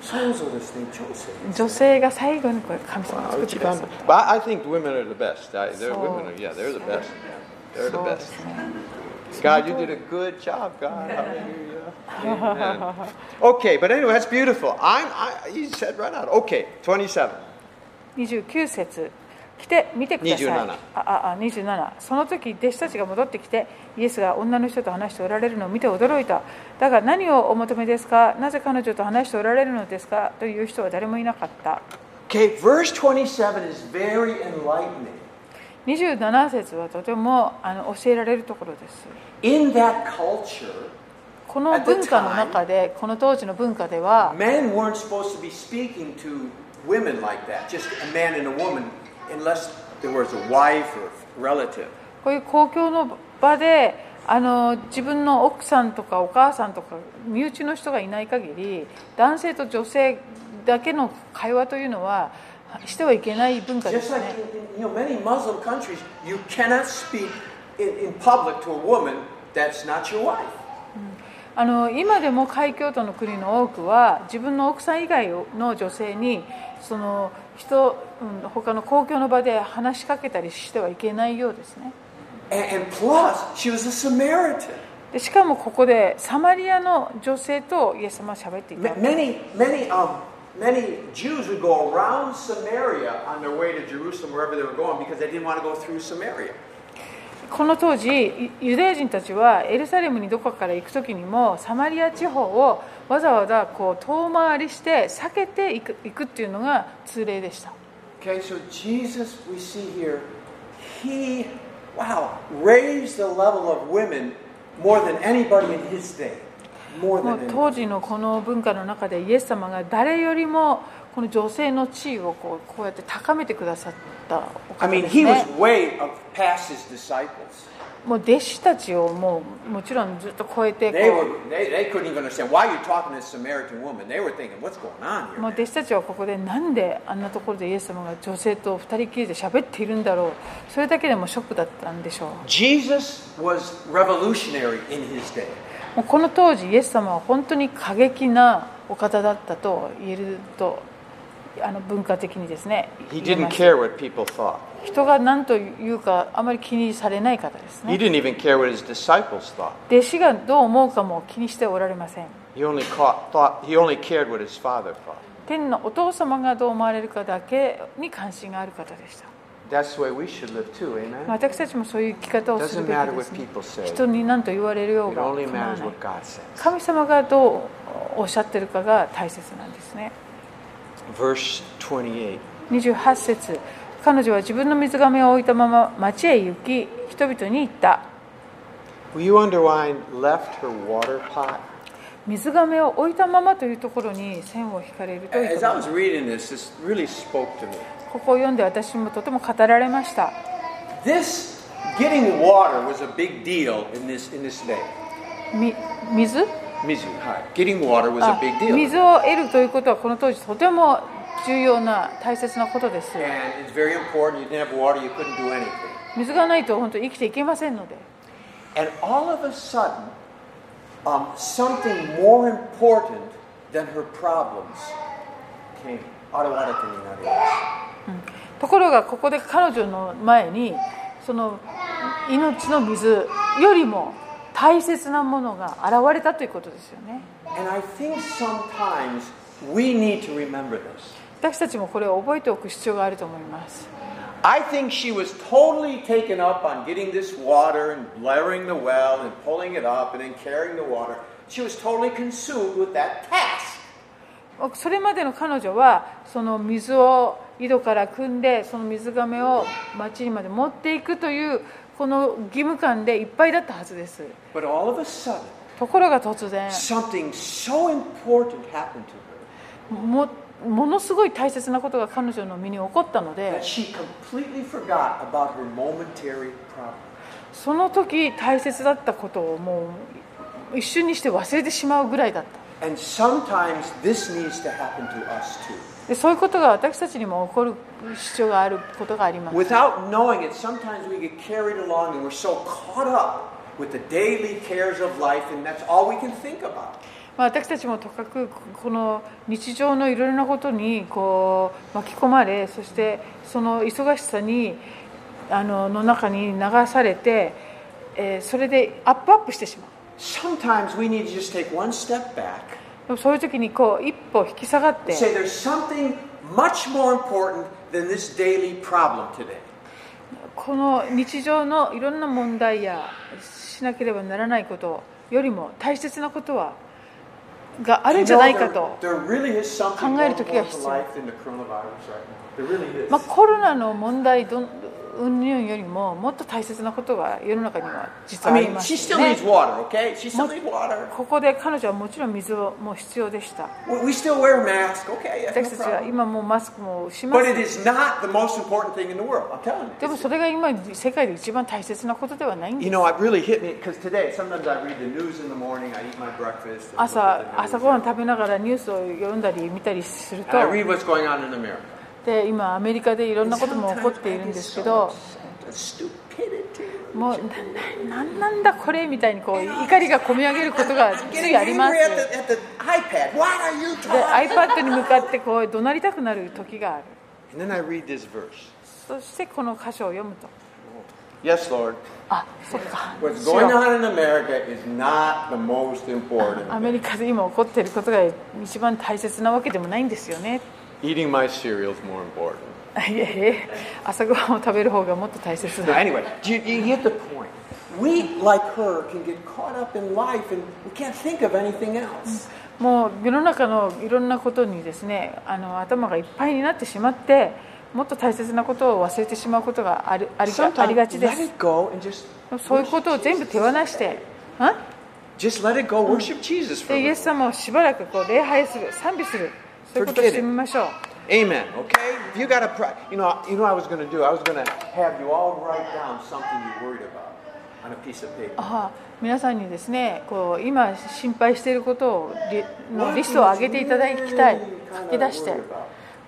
A: 想像ですね、調整。Wow,
B: 女性が最後にこれ神様を作ってくださっ
A: but I I think women are the best. I, they're,
B: そう。
A: women are, yeah, they're the best. They're
B: た
A: the
B: そうで
A: best.
B: すね
A: God, you did a good job, God. Hallelujah. Amen. Okay, but anyway, that's beautiful. I'm, I, you said right out. Okay, 27.
B: 29節来て見てください
A: 27
B: あああ27その時弟子たちが戻ってきてイエスが女の人と話しておられるのを見て驚いただが何をお求めですかなぜ彼女と話しておられるのですかという人は誰もいなかった
A: Okay, verse 27 is very enlightening.
B: 27節はとてもあの教えられるところです
A: In that culture,
B: この文化の中でこの当時の文化では
A: men weren't supposed to be speaking to women like that, just a man and a woman, unless there was a wife or relative.
B: こういう公共の場であの自分の奥さんとかお母さんとか身内の人がいない限り男性と女性だけの会話というのはしてはいけない文化で
A: Just
B: す
A: like
B: ね
A: in, in, you know, many Muslim countries, you cannot speak in, in public to a woman that's not your wife.
B: あの今でも海峡都の国の多くは自分の奥さん以外の女性にその人、うん、他の公共の場で話しかけたりしてはいけないようですね
A: And, and plus, she was a Samaritan.
B: でしかもここでサマリアの女性とイエス様は喋っていた
A: Ma- Many, many, um, many Jews would go around Samaria on their way to Jerusalem, wherever they were going, because they didn't want to go through Samaria.
B: この当時ユユダヤ人たちはエルサレムにどこかから行く時にもサマリア地方をわざわざこう遠回りして避けていく行くっていうのが通例でした
A: Okay, so Jesus, we see here, he, wow, raised the level of women more than anybody in his day. More than
B: もう
A: anybody.
B: 当時のこの文化の中でイエス様が誰よりもこの女性の地位をこうこうやって高めてくださったお
A: I
B: 方
A: mean,
B: です
A: he was
B: ね
A: way of past his disciples.
B: もう弟子たちをもうもちろんずっと超えて
A: They,
B: こ
A: were, they, they couldn't even understand why you're talking to this Samaritan woman. They were thinking, what's going on
B: うも
A: here?
B: う弟子たちはここでなんであんなところでイエス様が女性と2人きりで喋っているんだろうそれだけでもショックだったんでしょう
A: Jesus was revolutionary in his day.
B: もうこの当時イエス様は本当に過激なお方だったと言えるとあの文化的にですね
A: He
B: 言えま
A: didn't
B: す
A: care what people thought.
B: 人が何と言うかあまり気にされない方ですね
A: He didn't even care what his disciples thought.
B: 弟子がどう思うかも気にしておられません
A: He only, caught, thought, he only cared what his father thought.
B: 天のお父様がどう思われるかだけに関心がある方でした
A: That's the way we should live too,
B: まあ
A: amen?
B: 私たちもそういう生き方をする
A: Doesn't
B: べき
A: matter
B: で
A: what
B: す、ね、
A: people say,
B: 人
A: it
B: に何と言われるようが構わ
A: only
B: な
A: matters
B: い
A: what God says.
B: 神様がどうおっしゃってるかが大切なんですね
A: Verse 28.
B: 28節彼女は自分の水がめを置いたまま町へ行き人々に言った
A: Will you underline left her water pot?
B: 水がめを置いたままというところに線を引かれるといいと思い
A: As
B: ま
A: I
B: す
A: was reading this, this really spoke to me.
B: ここを読んで私もとても語られました
A: This getting water was a big deal in this in this day.
B: み水
A: Mizu, hi. Getting water was
B: あ
A: a big deal.
B: 水を得るということはこの当時とても重要な大切なことです
A: And it's very important. You didn't have water, you couldn't do anything.
B: 水がないと本当に生きていけませんので
A: And all of a sudden, um, something more important than her problems came. 現れてみなります。
B: ところがここで彼女の前にその命の水よりも大切なものが現れたということですよね
A: And I think sometimes we need to remember this.
B: 私たちもこれを覚えておく必要があると思います
A: I think she was totally taken up on getting this water and layering the well and pulling it up and then carrying the water. She was totally consumed with that task.
B: それまでの彼女はその水を井戸から汲んでその水がめを町にまで持っていくというこの義務感でいっぱいだったはずです
A: But all of a sudden,
B: ところが突然
A: something so important happened to her.
B: もものすごい大切なことが彼女の身に起こったので
A: that she completely forgot about her momentary problem.
B: その時大切だったことをもう一瞬にして忘れてしまうぐらいだった
A: And sometimes this needs to happen to us too.
B: でそういうことが私たちにも起こる必要があることがあります
A: Without knowing it, sometimes we get carried along and we're so caught up with the daily cares of life, and that's all we can think about.
B: まあ、私たちもとかくこの日常のいろいろなことにこう巻き込まれそしてその忙しさにあのの中に流されて、えーそれでアップアップしてしまう
A: Sometimes we need to just take one step back
B: でもそういう時にこう一歩引き下がって
A: and say there's something much more important than this daily problem today.
B: この日常のいろんな問題やしなければならないことよりも大切なことはがあるんじゃ
A: No,
B: ないか
A: there,
B: と、
A: there really is something more
B: 考える時が
A: important
B: 必要。
A: to life than the coronavirus right now. There really is.
B: まあ、コロナの問題どん云々よりももっと大切なことが世の中には実
A: I
B: はあり
A: mean,
B: ます
A: she
B: よ
A: still
B: ね
A: needs water, okay? She still needs water.
B: ここで彼女はもちろん水をもう必要でした。
A: We we still wear masks, okay? That's
B: 私
A: no
B: たちは
A: problem.
B: 今もうマスクもしま
A: But it
B: す。
A: is not the most important thing in the world, I'm telling
B: でも
A: you.
B: それが今世界で一番大切なことではないんで
A: You
B: す。
A: know, it really hit me because today, sometimes I read the news in the morning, I eat my breakfast. and look at
B: 朝
A: the
B: 朝
A: news.
B: ごはん食べながらニュースを読んだり見たりすると
A: And I read what's going on in America.
B: で今アメリカでいろんなことも起こっているんですけど
A: The stupidity.
B: もうなななんなんだこれみたいにこう怒りがこみ上げることが
A: I'm
B: つ
A: getting
B: いあります
A: angry。at the, at the iPad. Why are you
B: で
A: talking?
B: iPad に向かってこう怒鳴りたくなる時がある。
A: And then I read this verse.
B: そしてこの箇所を読むと
A: Yes, Lord.
B: あそっか
A: What's going on in America is not the most important.
B: アメリカで今起こっていることが一番大切なわけでもないんですよね。
A: Eating my cereal is more important.
B: いえいえ、朝ごはんを食べる方がもっと大切
A: Now,
B: だ。
A: anyway, do you, do you get the point? We, like her, can get caught up in life and we can't think of anything else.
B: もう世の中のいろんなことにですね、あの頭がいっぱいになってしまって、もっと大切なことを忘れてしまうことがあるありがありが
A: Sometimes
B: ちで
A: let
B: す。
A: it go and just
B: そういうことを全部手放して、あ
A: just let it go. Worship Jesus for
B: でイ
A: a
B: エス
A: little.
B: 様をしばらくこう礼拝する、賛美する、そういうことをしてみましょう。
A: Amen. Okay. If you got a, pro- you know, you know, what I was going to do. I was going to have you all write down something you're worried about on a piece of paper.
B: あ皆さんにですねこう今心配していることをリのリストを上げていただきたい書き出して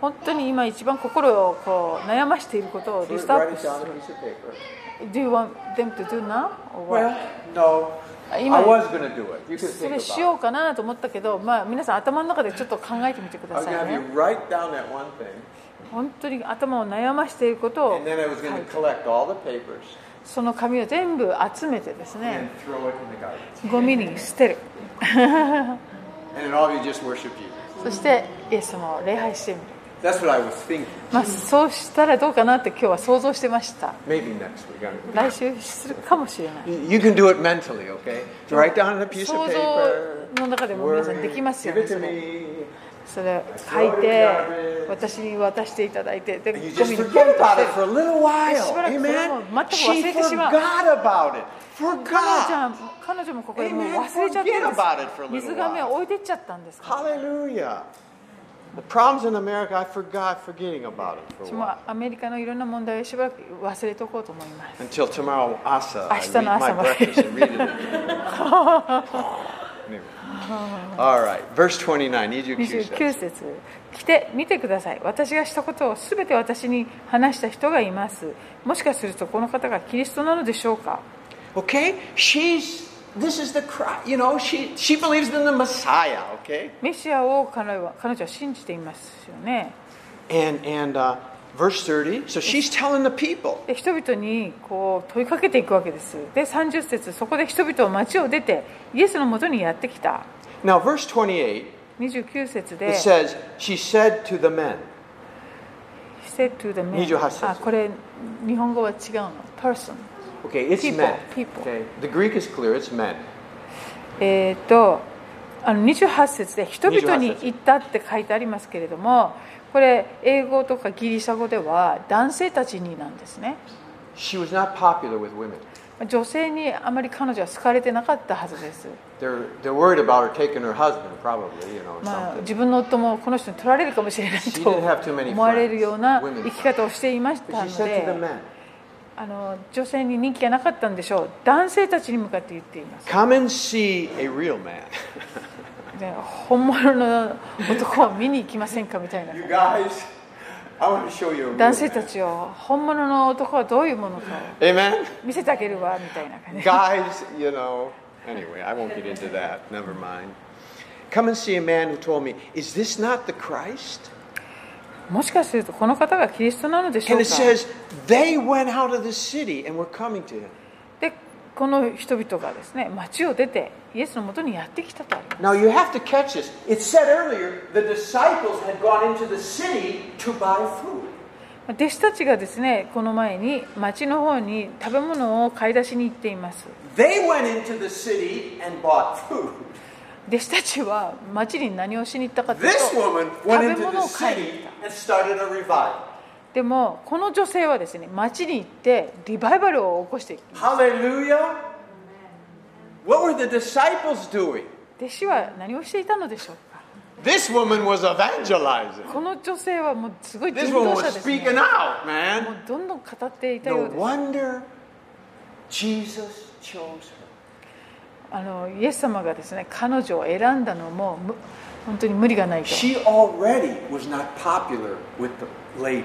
B: 本当に今一番心をこう悩ましていることをリストアッ
A: Write
B: プ
A: it
B: す
A: down on a
B: る
A: piece of paper.
B: Do you want them to do now? or what?
A: Well, no.
B: Email.
A: I was going to do it. You can
B: そ
A: think
B: れしよ
A: about. it.
B: うかなと思ったけど、まあ、皆さん頭の中でちょっと考えてみてく
A: I
B: だ
A: was
B: さ
A: going to
B: いね
A: have you write down that one thing.
B: 本当に頭を悩ましていることを
A: And then I was going
B: 書い
A: to
B: て
A: collect all the papers
B: その紙を全部集めてですね
A: and throw it in the garbage.
B: ゴミに捨てる
A: And then all of you just worship Jesus.
B: そしてイエス様を礼拝してみる、
A: That's what I was thinking.
B: まあ、そうしたらどうかなって今日は想像してました
A: Maybe next week. I don't know.
B: 来週するかもしれない
A: You you can do it mentally, okay? Write down on a piece of
B: 想
A: paper.
B: 像の中でも皆さん
A: Worry,
B: できますよ
A: give
B: ね
A: it
B: そ
A: to
B: れ
A: me.
B: それ書い
A: throw
B: て
A: it in the garbage.
B: 私に渡していただいてで
A: And you
B: ゴ
A: just
B: ミにポン
A: forget
B: と捨
A: about
B: て
A: it
B: る
A: for a little while.
B: しばらくそれを全く忘れてしまう。
A: Amen? She forgot about it.
B: 彼女
A: Forgot.
B: は彼女もここでもう
A: Amen.
B: 忘れちゃっ
A: Forget about it for a
B: たん
A: little
B: です水亀を置いてっちゃったんですから
A: Hallelujah. The problems in America, I forgot forgetting about it for
B: 私
A: a
B: も
A: while.
B: アメリカのいろんな問題をしばらく忘れておこうと思います
A: Until tomorrow, Asa. I read
B: 明日の朝まで。
A: my breakfast and read it again. Anyway. All right, verse 29. 29
B: 29
A: says,
B: 節来て見てください私がしたことを全て私に話した人がいますもしかするとこの方がキリストなのでしょうか
A: Okay, she's, this is the cry, you know, she, she believes in the Messiah, okay?
B: メシアを彼は彼女は信じていますよね
A: And, and uh, verse 30, so she's telling the people.
B: で人々にこう問いかけていくわけですで30節そこで人々は町を出てイエスのもとにやってきた
A: Now, verse 28,
B: 29節で
A: it says, she said to the men,
B: He said to the men
A: 28節
B: あこれ日本語は違うの person
A: okay, it's
B: People,
A: men.
B: people.
A: Okay, the Greek is clear, it's men.
B: えっ、とあの28節で人々に
A: 28節
B: 言ったって書いてありますけれどもこれ英語とかギリシャ語では男性たちになんですね
A: She was not popular with women.
B: 女性にあまり彼女は好かれてなかったはずです、
A: They're, they're worried about her taking her husband, probably, you know,
B: まあ、
A: something.
B: 自分の夫もこの人に取られるかもしれない
A: She
B: と
A: didn't have too many
B: 思われるような
A: friends, women
B: 生き方をしていまし
A: But
B: た
A: she
B: の
A: said to the
B: で
A: men,
B: あの女性に人気がなかったんでしょう男性たちに向かって言っています
A: Come and see a real man.
B: で本物の男を見に行きませんかみたいな
A: guys, I want to show you a
B: 男性たちを本物の男はどういうものかを
A: Amen?
B: 見せてあげるわみたいな感 じ
A: guys, you know. Anyway, I won't get into that. Never mind. Come and see a man who told me, Is this not the Christ?
B: もしかするとこの方がキリストなのでしょう
A: And
B: か
A: it says, They went out of the city and were coming to him.
B: でこの人々がですね町を出てイエスのもとにやってきたとあります
A: Now you have to catch this. It said earlier the disciples had gone into the city to buy food.
B: 弟子たちがですねこの前に町の方に食べ物を買い出しに行っています
A: They went into the city and bought food.
B: 弟子たちは町に何をしに行ったかというと
A: This woman
B: 食
A: went
B: べ
A: into the
B: 物を買いに行っ
A: city
B: た
A: and started a revival.
B: でもこの女性はですね町に行ってリバイバルを起こしていきます
A: Hallelujah. What were the disciples doing?
B: 弟子は何をしていたのでしょうか
A: This woman was evangelizing.
B: この女性はもうすごい
A: This
B: 伝
A: woman
B: 道者
A: was
B: です、ね、
A: speaking out,
B: も
A: man.
B: うどんどん語っていた
A: No
B: ようです
A: wonder Jesus chose her.
B: あのイエス様がですね彼女を選んだのもむ本当に無理がないと
A: She already was not popular with the ladies.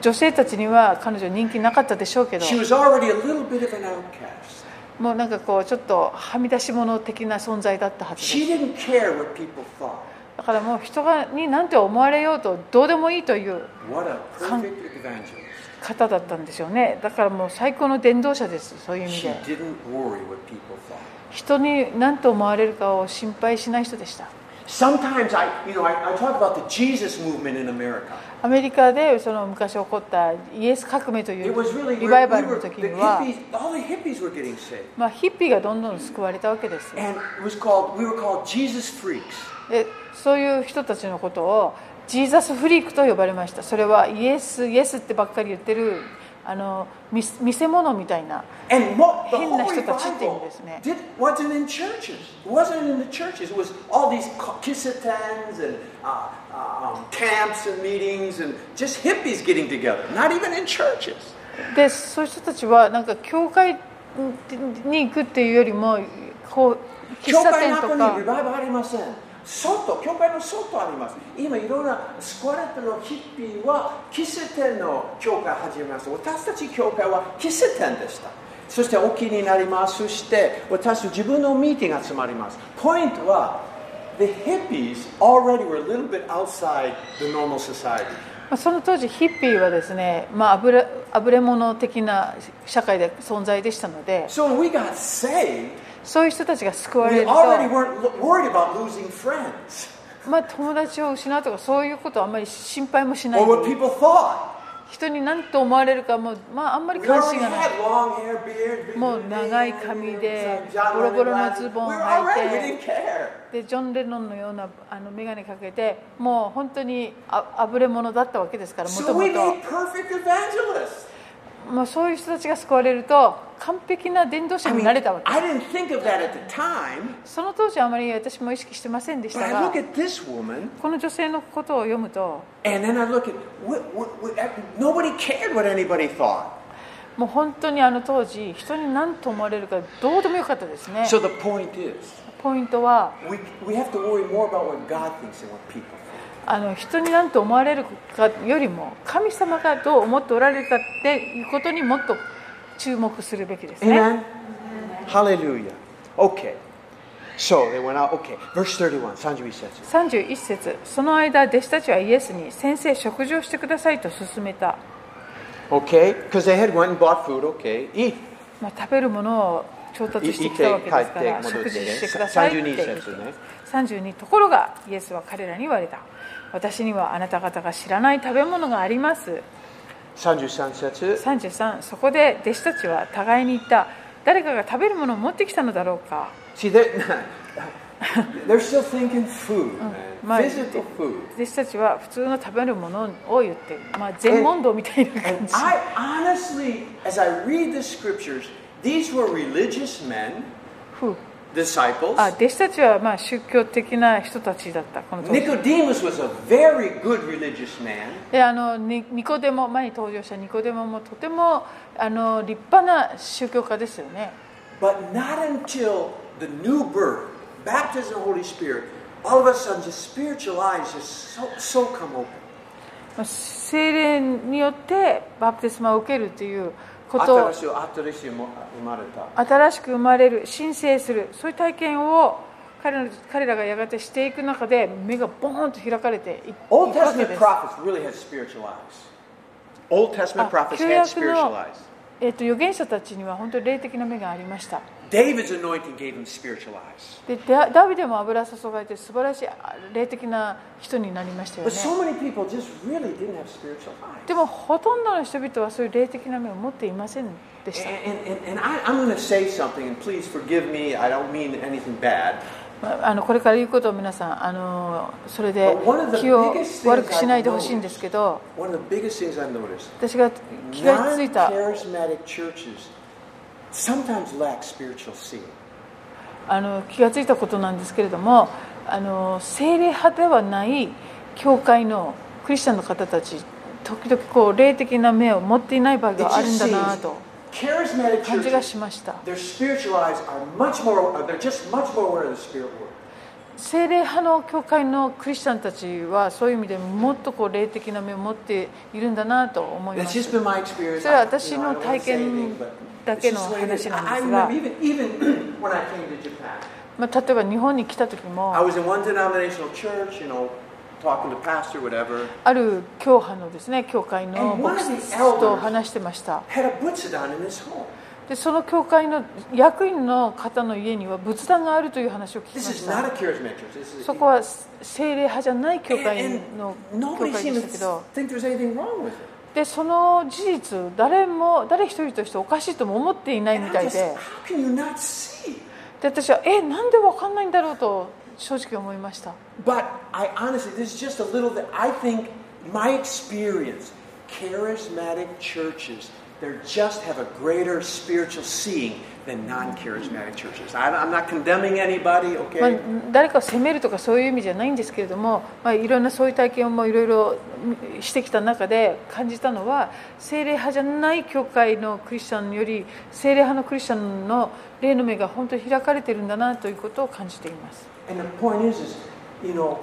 B: 女性たちには彼女人気なかったでしょうけど
A: She was already a little bit of an outcast.
B: もうなんかこうちょっとはみ出し物的な存在だったはずです
A: She didn't care what people thought.
B: だからもう人がに何て思われようとどうでもいいという
A: What a perfect evangelist.
B: 方だったんでしょうねだからもう最高の伝道者ですそういう意味
A: She
B: で
A: didn't worry what people thought.
B: 人に何と思われるかを心配しない人でした
A: Sometimes I, you know, I, I talk about the Jesus movement in America.
B: アメリカでその昔起こったイエス革命とい
A: It was
B: う
A: really
B: リバイバ
A: we
B: ルの
A: were,
B: 時
A: the
B: には、
A: hippies, all the hippies were getting saved,
B: まあ、ヒッピーがどんどん救われたわけです。
A: and it was called we were called Jesus freaks.
B: でそういう人たちのことをジーザスフリークと呼ばれましたそれはイエスイエスってばっかり言ってるあの見せ見せ物みたいな
A: And what the whole
B: 変な人たちっていうん
A: revival
B: ですね。
A: did, wasn't in churches. It wasn't in the churches. It was all these co- kissetans and uh, uh, um, camps and meetings and just hippies getting together. Not even in churches.
B: でそういう人たちはなんか教会に行くっていうよりもこう喫茶店とか
A: 教会の中にリバイバルありません。外、教会の外あります。今いろんなスコアレットのヒッピーは喫茶店の教会始めます。私たち教会は喫茶店でした。そして沖になります。そして私たち自分のミーティングが集まります。ポイントは、The hippies already were a little bit outside the normal society.
B: まあその当時ヒッピーはですね、まあ、あぶれあぶれ物的な社会で存在でしたので
A: So when we got saved,
B: そういう人たちが救われ
A: we
B: る
A: already
B: と、
A: weren't lo- worried about losing friends
B: まあ、友達を失うとかそういうことはあんまり心配もしない
A: or what people thought.
B: 人に何と思われるかも、まあ、あんまり
A: We
B: 関
A: already
B: 心がない
A: had long hair, beard, big
B: もう
A: beard,
B: 長い
A: beard,
B: 髪
A: you
B: で
A: know, John
B: ボロボ
A: Lennon
B: ロの
A: last-
B: ズ
A: We
B: ボ
A: were
B: ンを
A: already,
B: 履
A: we
B: い
A: didn't
B: て
A: care.
B: でジョン・レノンのようなあの眼鏡かけてもう本当にああぶれ者だったわけですからもと
A: So
B: も
A: we
B: と
A: made perfect evangelists.
B: まあそういう人たちが救われると完璧な伝道者
A: I
B: に
A: mean,
B: なれたわけ
A: I didn't think of that at the time,
B: その当時はあまり私も意識してませんでし
A: but
B: た
A: I
B: が
A: look at this woman
B: この女性のことを読むと
A: and then I look at what, what, what, nobody cared what anybody thought.
B: もう本当にあの当時人に何と思われるかどうでもよかったですね
A: So the point is,
B: ポイントは
A: we, we have to worry more about what God thinks than what people think.
B: あの人に何と思われるかよりも神様がどう思っておられるかっていうことにもっと注目するべきですね。
A: Amen? Hallelujah. Okay. So they went out. Okay. Verse 31. Sanju Isetsu.
B: 31節その間弟子たちはイエスに「先生食事をしてください」と勧めた、
A: Okay. Because they had went and bought food. Okay. Eat.
B: まあ、食べるものを調達してきたわけですか
A: いい
B: ら
A: って帰って戻
B: 食
A: ってね
B: 事してください
A: 32
B: って言って
A: 節ね
B: 32ところがイエスは彼らに言われた私にはあなた方が知らない食べ物があります
A: Sanju Sansetsu.
B: 33そこで弟子たちは互いに言った誰かが食べるものを持ってきたのだろうか
A: See, they're, they're still thinking food, man.
B: my-
A: Physical food.
B: 弟子たちは普通の食べるものを言ってる、まあ、全問答みたいな感
A: And
B: じ
A: I honestly, as I read the scriptures, these were religious men,
B: ふう
A: disciples.
B: あ弟子たちはまあ宗教的な人たちだったこの当時
A: Nicodemus was a very good religious man.
B: であのニニコデモ前に登場したニコデモもとてもあの立派な宗教家ですよね
A: But not until the new birth, baptism of the Holy Spirit, all of a sudden the spiritual eyes just so, so come open.
B: まあ精霊によってバプテスマを受けるということ
A: 新しい新しい生まれた。
B: 新しく生まれる申請するそういう体験を彼ら彼らがやがてしていく中で目がボーンと開かれていいく
A: Old
B: わけ
A: Testament
B: です
A: prophets really had spiritual eyes. Old Testament
B: あ
A: prophets
B: 旧
A: had
B: 約
A: spiritual
B: の
A: eyes.、
B: えっと預言者たちには本当に霊的な目がありました。
A: David's anointing gave him spiritual eyes.
B: でダダビデも油注がれて素晴らしいあ霊的な人になりましたよ
A: But so
B: ね。
A: many people just really didn't have spiritual eyes.
B: でもほとんどの人々はそういう霊的な目を持っていませんでした。
A: And, and, and, and I, I'm going to say something, and please forgive me. I don't mean anything bad.
B: まああのこれから言うことを皆さんあのそれで
A: But one of the
B: 気を
A: biggest things
B: 悪くしないでほしいんですけど
A: One of the biggest things I've noticed
B: 私が気がついた
A: Non-charismatic churches sometimes lack spiritual seeing.
B: あの気がついたことなんですけれどもあの精霊派ではない教会のクリスチャンの方たち時々こう霊的な目を持っていない場合
A: It
B: があるん
A: just
B: だ
A: seems
B: なと
A: charismatic
B: 感じが
A: churches,
B: しました
A: their spiritual eyes are much more. uh, They're just much more aware of the spirit world.
B: 精霊派の教会のクリスチャンたちはそういう意味でもっとこう霊的な目を持っているんだなと思いま
A: That's
B: す
A: just been my experience.
B: それは
A: I- you
B: 私
A: know, I
B: の
A: don't wanna
B: 体
A: say
B: 験
A: anything, but
B: だ
A: it's
B: けの
A: just the way it
B: 話
A: is.
B: なん
A: I
B: ですが
A: remember、even even when I came to Japan,
B: まあ、例えば日本に来た時
A: I
B: も
A: was in one denominational church, you know, talking to pastor, whatever.
B: ある教派のですね教会の
A: And one of
B: 牧
A: the
B: 師と話してました
A: Had a butsudan in his home.
B: でその教会の役員の方の家には仏壇があるという話を聞きま
A: This is
B: し
A: not a charismatic
B: た
A: church. This is
B: そこは精霊派じゃない教
A: And-
B: 会
A: and
B: の教
A: nobody
B: 会で
A: seemed
B: したけ
A: to
B: ど
A: think there's anything wrong with it.
B: でその事実誰も誰一人としておかしいとも思っていない
A: And I'm
B: みたい
A: just,
B: で
A: how can you not see?
B: で私はえなんでわかんないんだろうと正直思いました
A: But I honestly, this is just a little that I think my experience, charismatic churches, they just have a greater spiritual seeing than non-charismatic churches. I, I'm not condemning anybody,
B: まあ
A: okay?
B: 誰かを責めるとかそういう意味じゃないんですけれども、まあ、いろんなそういう体験もいろいろみしてきた中で感じたのは精霊派じゃない教会のクリスチャンより精霊派のクリスチャンの霊の目が本当に開かれてるんだなということを感じています
A: And the point is, is you know,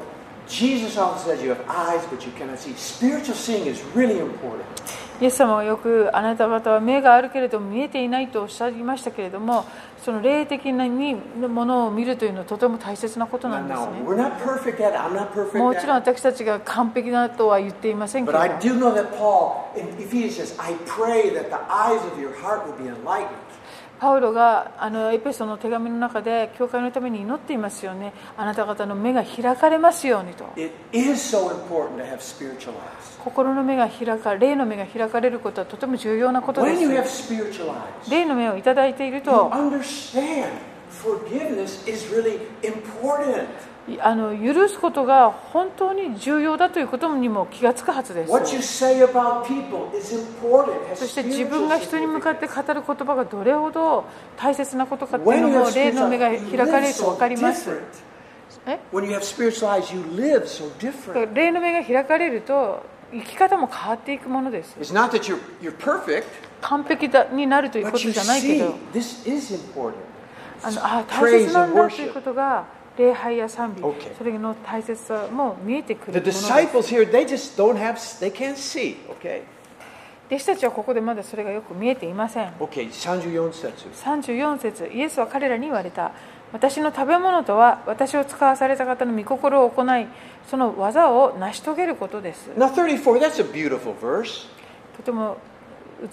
A: Jesus often says you have eyes, but you cannot see. Spiritual seeing is really important.
B: イエス様はよくあなた方は目があるけれども見えていないとおっしゃいましたけれどもその霊的なにものを見るというのはとても大切なことな
A: Now,
B: んです
A: now,
B: ね
A: we're not perfect at it. I'm not perfect
B: もちろん
A: at it.
B: 私たちが完璧だとは言っていませんけ
A: But
B: れど
A: I do know that Paul in Ephesians says, I pray that the eyes of your heart will be enlightened.
B: パウロがあのエペソの手紙の中で教会のために祈っていますよねあなた方の目が開かれますようにと
A: It is so important to have spiritual eyes.
B: 心の目が開か霊の目が開かれることはとても重要なことで
A: When you
B: す
A: have spiritual eyes,
B: 霊の目をいただいている
A: you
B: と
A: understand forgiveness is really important.
B: あの許すことが本当に重要だということにも気がつくはずです
A: What you say about people is important. has
B: そして
A: spiritual
B: 自分が人に向かって
A: significance.
B: 語る言葉がどれほど大切なことかっていう
A: When
B: の
A: you
B: も
A: have
B: 霊の
A: spiritual
B: 目が
A: eyes,
B: 開
A: you
B: かれ
A: live
B: ると分
A: so
B: かります
A: different.
B: え
A: When you have spiritual eyes, you live so different.
B: 霊の目が開かれると生き方も変わっていくものです
A: It's not that you're, you're perfect,
B: 完璧だになるというこ
A: but
B: と
A: you
B: じゃないけ
A: see
B: ど
A: this is important.
B: あのあ
A: Praise
B: 大切なん
A: and
B: だ
A: worship.
B: ということが礼拝や賛美
A: Okay.
B: それの大切さも見えてく
A: The
B: るものです
A: disciples here, they just don't have, they can't see, okay?
B: 弟子たちはここでまだそれがよく見えていません
A: Okay, 34 setsu.
B: 34節イエスは彼らに言われた私の食べ物とは私を使わされた方の御心を行いその技を成し遂げることです
A: Now 34, that's a beautiful verse.
B: とても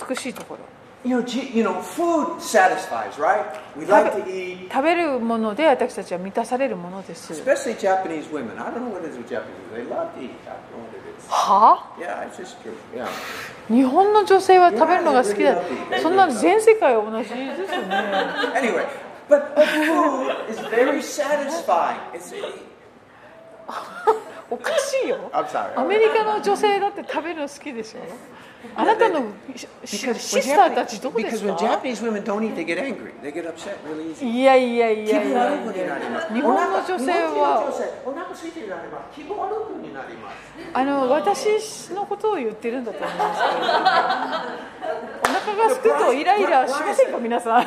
B: 美しいところ
A: You know, Je- you know, food satisfies, right? We like to eat,
B: 食べるもので私たちは満たされるものです
A: especially Japanese women. I don't know what it is with Japanese women. They love to eat. I don't know what it is.
B: は
A: Yeah, it's just true. Yeah.
B: あ日本の女性は食べるのが好きだ
A: Yeah, I really love it.
B: そんなの全世界同じですよね
A: Anyway, but but food is very satisfying. It's,
B: おかしいよ
A: I'm sorry.
B: アメリカの女性だって食べるの好きでしょあなたのしし
A: Because when
B: シスター
A: Japanese-
B: たちどうで
A: because
B: す
A: when
B: か
A: Japanese women don't eat, they get angry. They get upset really easy.
B: いやいやいやいやいや日本の女
A: 日本
B: 性は
A: の女性はお腹空いてるようになります。気分悪くになります。
B: あの私のことを言ってるんだと思いますけどお腹が空くとイライラしませんか皆 さんあ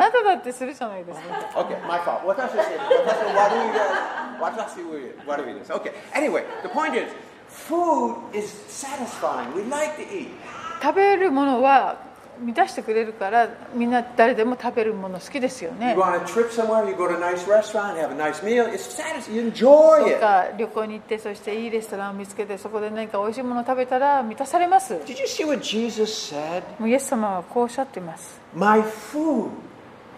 B: なただってするじゃないですか
A: Okay, my fault. 私は私は悪いです。私は悪いです。Okay, anyway, the point is, food is satisfying. We like to eat.
B: 食べるものは満たしてくれるからみんな誰でも食べるもの好きですよ
A: You
B: ね
A: want to trip somewhere, you go to a nice restaurant, have a nice meal. It's satisfying. You enjoy
B: どっ
A: it.
B: か旅行に行ってそしていいレストランを見つけてそこで何か美味しいものを食べたら満たされます
A: Did you see what Jesus said?
B: もうイエス様はこうおっしゃっています
A: My food,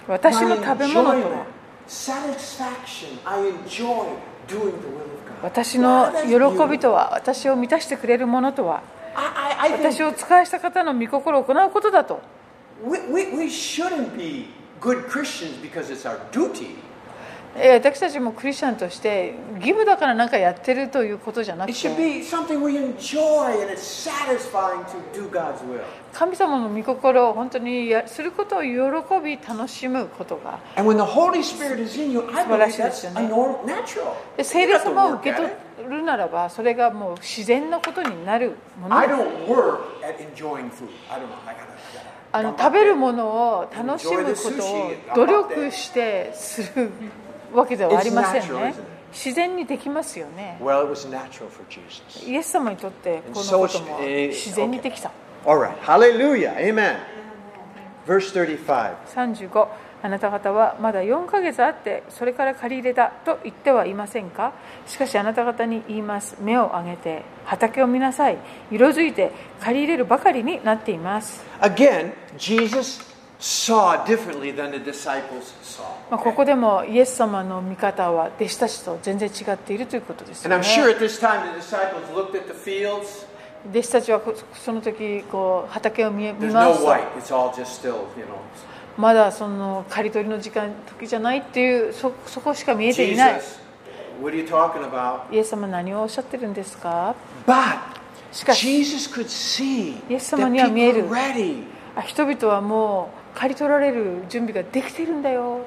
B: 私
A: my
B: の食べ物と
A: enjoyment,
B: は
A: satisfaction. I enjoy doing the will of God.
B: 私
A: Wow,
B: の
A: that's
B: 喜
A: beautiful.
B: びとは私を満たしてくれるものとは
A: I, I, I think
B: 私を使わした方の御心を行うことだと
A: we, we, we shouldn't be good Christians because it's our duty.
B: えー私たちもクリスチャンとして義務だから何かやってるということじゃなく
A: It should
B: て
A: be something we enjoy and it's satisfying to do God's will.
B: 神様の御心を本当にやすることを喜び楽しむことが
A: And when the Holy Spirit is in you, I believe that's a
B: 素晴らしいですよね。
A: norm, natural.
B: で
A: You
B: 聖霊
A: don't have to
B: 様を
A: work
B: 受け
A: at
B: 取
A: it.
B: るならばそれがもう自然なことになるもの
A: I
B: です
A: don't work at enjoying food. I don't know. I gotta. I gotta
B: あの
A: bump
B: 食
A: up
B: べる
A: that.
B: ものを楽しむことを努力してするわけではありません
A: It's natural, isn't
B: ね
A: it?
B: 自然にできますよね
A: Well, it was natural for Jesus.
B: イエス様にとってこのことも自然にできた
A: All right. Hallelujah. Amen. Verse 35.
B: 35あなた方はまだ4ヶ月あってそれから借り入れだと言ってはいませんかしかしあなた方に言います目を上げて畑を見なさい色づいて借り入れるばかりになっています
A: Again, Jesus saw differently than the disciples saw.
B: まあここでもイエス様の見方は弟子たちと全然違っているということですよ
A: And
B: ね
A: I'm sure at this time the disciples looked at the fields.
B: 弟子たちはこその時こう畑を見え見
A: There's
B: ま
A: no
B: すと
A: white. It's all just still, you know.
B: まだその刈り取りの時間時じゃないっていうそそこしか見えていない
A: Jesus, what are you talking about?
B: イエス様何をおっしゃってるんですか
A: But
B: しかし
A: Jesus could see that
B: イエス様には
A: people were
B: 見える。
A: ready.
B: あ人々はもう刈り取られる準備ができてるんだよ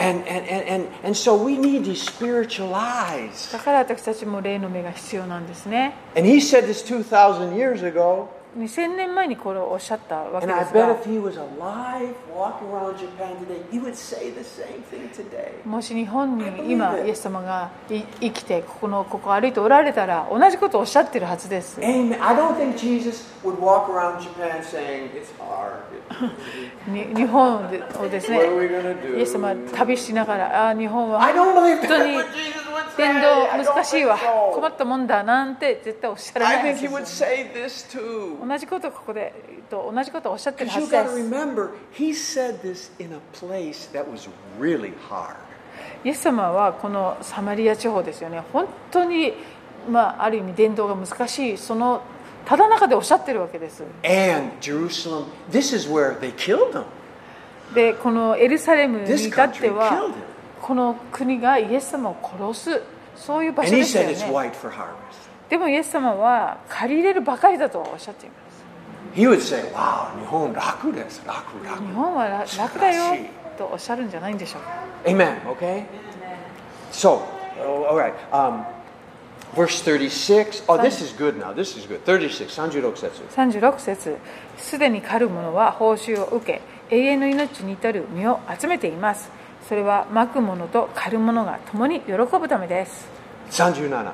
A: And, and, and, and, and so we need these spiritual eyes.
B: だから私たちも霊の目が必要なんですね
A: And he said this 2,000 years ago.
B: 2000年前にこれをおっしゃったわけ
E: And
B: で
E: I
B: す
E: bet
B: が
E: if he was alive, walking around Japan today, he would say the same thing today.
B: もし日本に今イエス様がい生きてここのここ歩いておられたら同じことをおっしゃってるはずです
E: Amen. I don't think Jesus would walk around Japan saying, It's hard.
B: に日本をですね
E: What are we gonna do?
B: イエス様は旅しながらあー日本
E: I
B: は
E: don't believe
B: 本当
E: that's
B: に
E: what Jesus would say.
B: 伝道
E: I
B: 難
E: don't
B: しいわ
E: think
B: 困
E: so.
B: ったもんだなんて絶対おっしゃら
E: I
B: ない
E: think
B: はず
E: he
B: で
E: would
B: す
E: say this too.
B: 同じことをここでと同じことをおっしゃってる
E: Because
B: は
E: you
B: ずで
E: got to
B: す
E: remember, he said this in a place that was really hard.
B: イエス様はこのサマリア地方ですよね本当にまあある意味伝道が難しいそのただ中でおっしゃってるわけです
E: And Jerusalem, this is where they killed him.
B: でこのエルサレムに至
E: This
B: って
E: country
B: は
E: killed him.
B: この国がイエス様を殺すそういう場
E: And
B: 所
E: he
B: でした
E: said
B: よ
E: it's
B: ね
E: white for harvest.
B: でもイエス様は借り入れるばかりだとおっしゃっています
E: He would say, Wow, Nihon raku desu, raku,
B: 日
E: raku.
B: 本は楽楽だ
E: 素晴ら
B: よ
E: しい
B: とおっしゃるんじゃないんでしょうか
E: Amen, okay? So, oh, all right. Um, verse 36. Oh, this is good now. This is good. 36. Sanju Roksetsu.
B: 36節すでに狩る者は報酬を受け永遠の命に至る身を集めていますそれはまく者と狩る者が共に喜ぶためです
E: 37.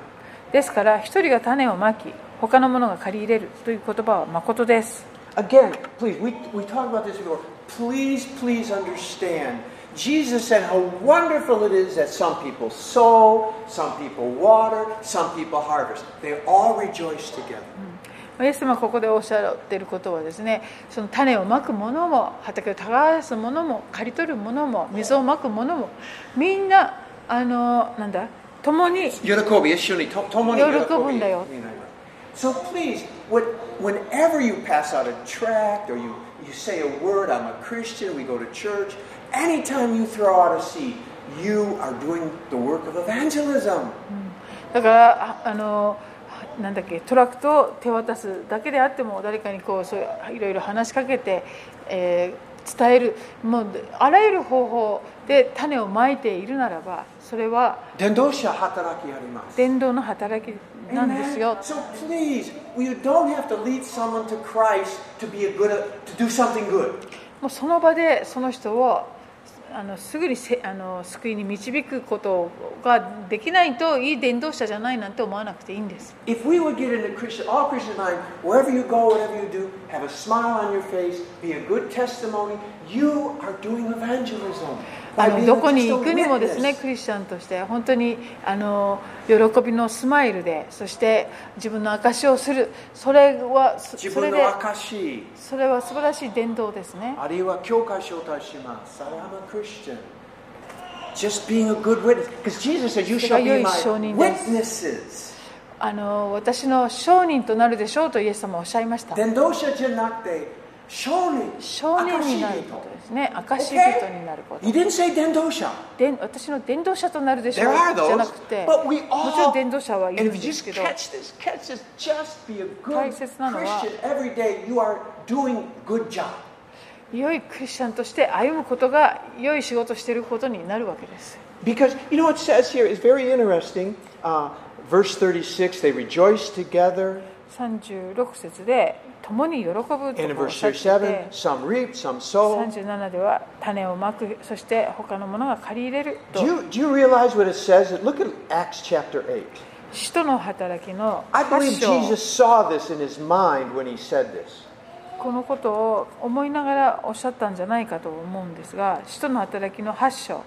B: ですから一人が種をまき他の者が借り入れるという言葉は誠です
E: Again, please, we, we talked about this before. Please, please understand. Jesus said how wonderful it is that some people sow, some people water, some people harvest. They all rejoice together.
B: イエス様がここでおっしゃっていることはですねその種をまく者も畑を耕す者も刈り取る者も水をまく者もみんなあのなんだ共に喜ぶんだよ。
E: So please, when, whenever you pass out a tract or you, you say a word, I'm a Christian, we go to church, anytime you throw out a seed, you are doing the work of evangelism.
B: だからああのなんだっけトラクトを手渡すだけであっても誰かにこうそういういろいろ話しかけて、えー伝えるもうあらゆる方法で種をまいているならばそれは
E: 伝道者働きあります。
B: 伝道の働きなんですよ
E: Amen. So please, you don't have to lead someone to Christ to be a good to do something good.
B: もうその場でその人をあのすぐにせあの救いに導くことができないといい伝道者じゃないなんて思わなくていいんです
E: If we would get into Christian, all Christian mind, wherever you go, whatever you do, have a smile on your face, be a good testimony, you are doing evangelism.
B: あ
E: By
B: の
E: being
B: どこに
E: just
B: 行くにもですね
E: a
B: クリスチャンとして本当にあの喜びのスマイルでそして自分の証をするそれはそそれでそれは素晴らしい伝道ですね
E: witness。自分の証し、あるいは教会招待します。I am a Christian. Just being a good witness. Because Jesus said, You shall be
B: それが良い証人です。
E: my witnesses.
B: あの私の証人となるでしょうとイエス様はおっしゃいました
E: 伝道者じゃなくて証人
B: 証人になることですね証人になること
E: You didn't say 伝道者
B: で私の伝道者となるでしょ
E: There
B: う
E: are
B: じゃ
E: those
B: なくて
E: but we
B: もちろ
E: all
B: ん伝道者はいる
E: And
B: ん
E: if you
B: で
E: just
B: すけど
E: catch this catch this just be a good
B: 大切なのは
E: Christian every day you are doing good job
B: 良いクリスチャンとして歩むことが良い仕事をしていることになるわけです
E: because you know what it says here is very interesting uh, verse 36 they rejoice together
B: 36節で共に喜ぶとこ
E: and in
B: おっ
E: verse
B: しゃっていて
E: 37 some reap some sow
B: 37では種をまくそして他のものが借り入れる
E: do
B: と
E: you, do you realize what it says look at Acts chapter 8
B: 使徒の働きの
E: I believe
B: 8章
E: Jesus saw this in his mind when he said this
B: このことを思いながらおっしゃったんじゃないかと思うんですが使徒の働きの8章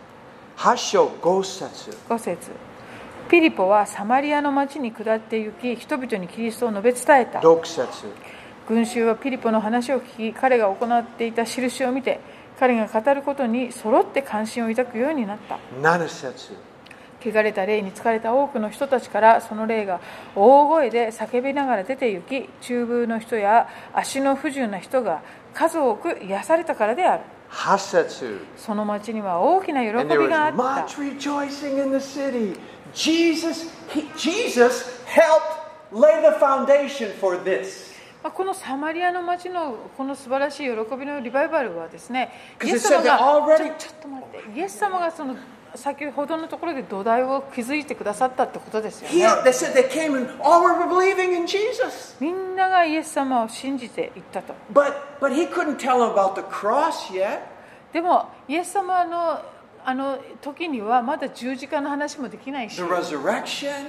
E: 8章5節
B: 5節ピリポはサマリアの町に下って行き人々にキリストを述べ伝えた
E: 6節
B: 群衆はピリポの話を聞き彼が行っていた印を見て彼が語ることに揃って関心を抱くようになった
E: 7節
B: 汚れた霊に疲れた多くの人たちからその霊が大声で叫びながら出て行き中風の人や足の不自由な人が数多く癒されたからである
E: 8節
B: その町には大きな喜
E: And
B: び
E: there
B: が
E: was
B: あっ
E: much
B: た
E: rejoicing in the city. Jesus, he, Jesus helped lay the foundation for this.
B: まあこのサマリアの町のこの素晴らしい喜びのリバイバルはですね
E: 'Cause
B: イエス
E: it
B: 様
E: said
B: が
E: they're already-
B: ちょちょっと待ってイエス様がその先ほどのところで土台を築いてくださったってことですよ
E: He,
B: ね。
E: they said they came and all were believing in Jesus.
B: みんながイエス様を信じていったと。
E: But, but he couldn't tell them about the cross yet.
B: でも、イエス様のあの時にはまだ十字架の話もできないし、
E: the
B: 復
E: resurrection,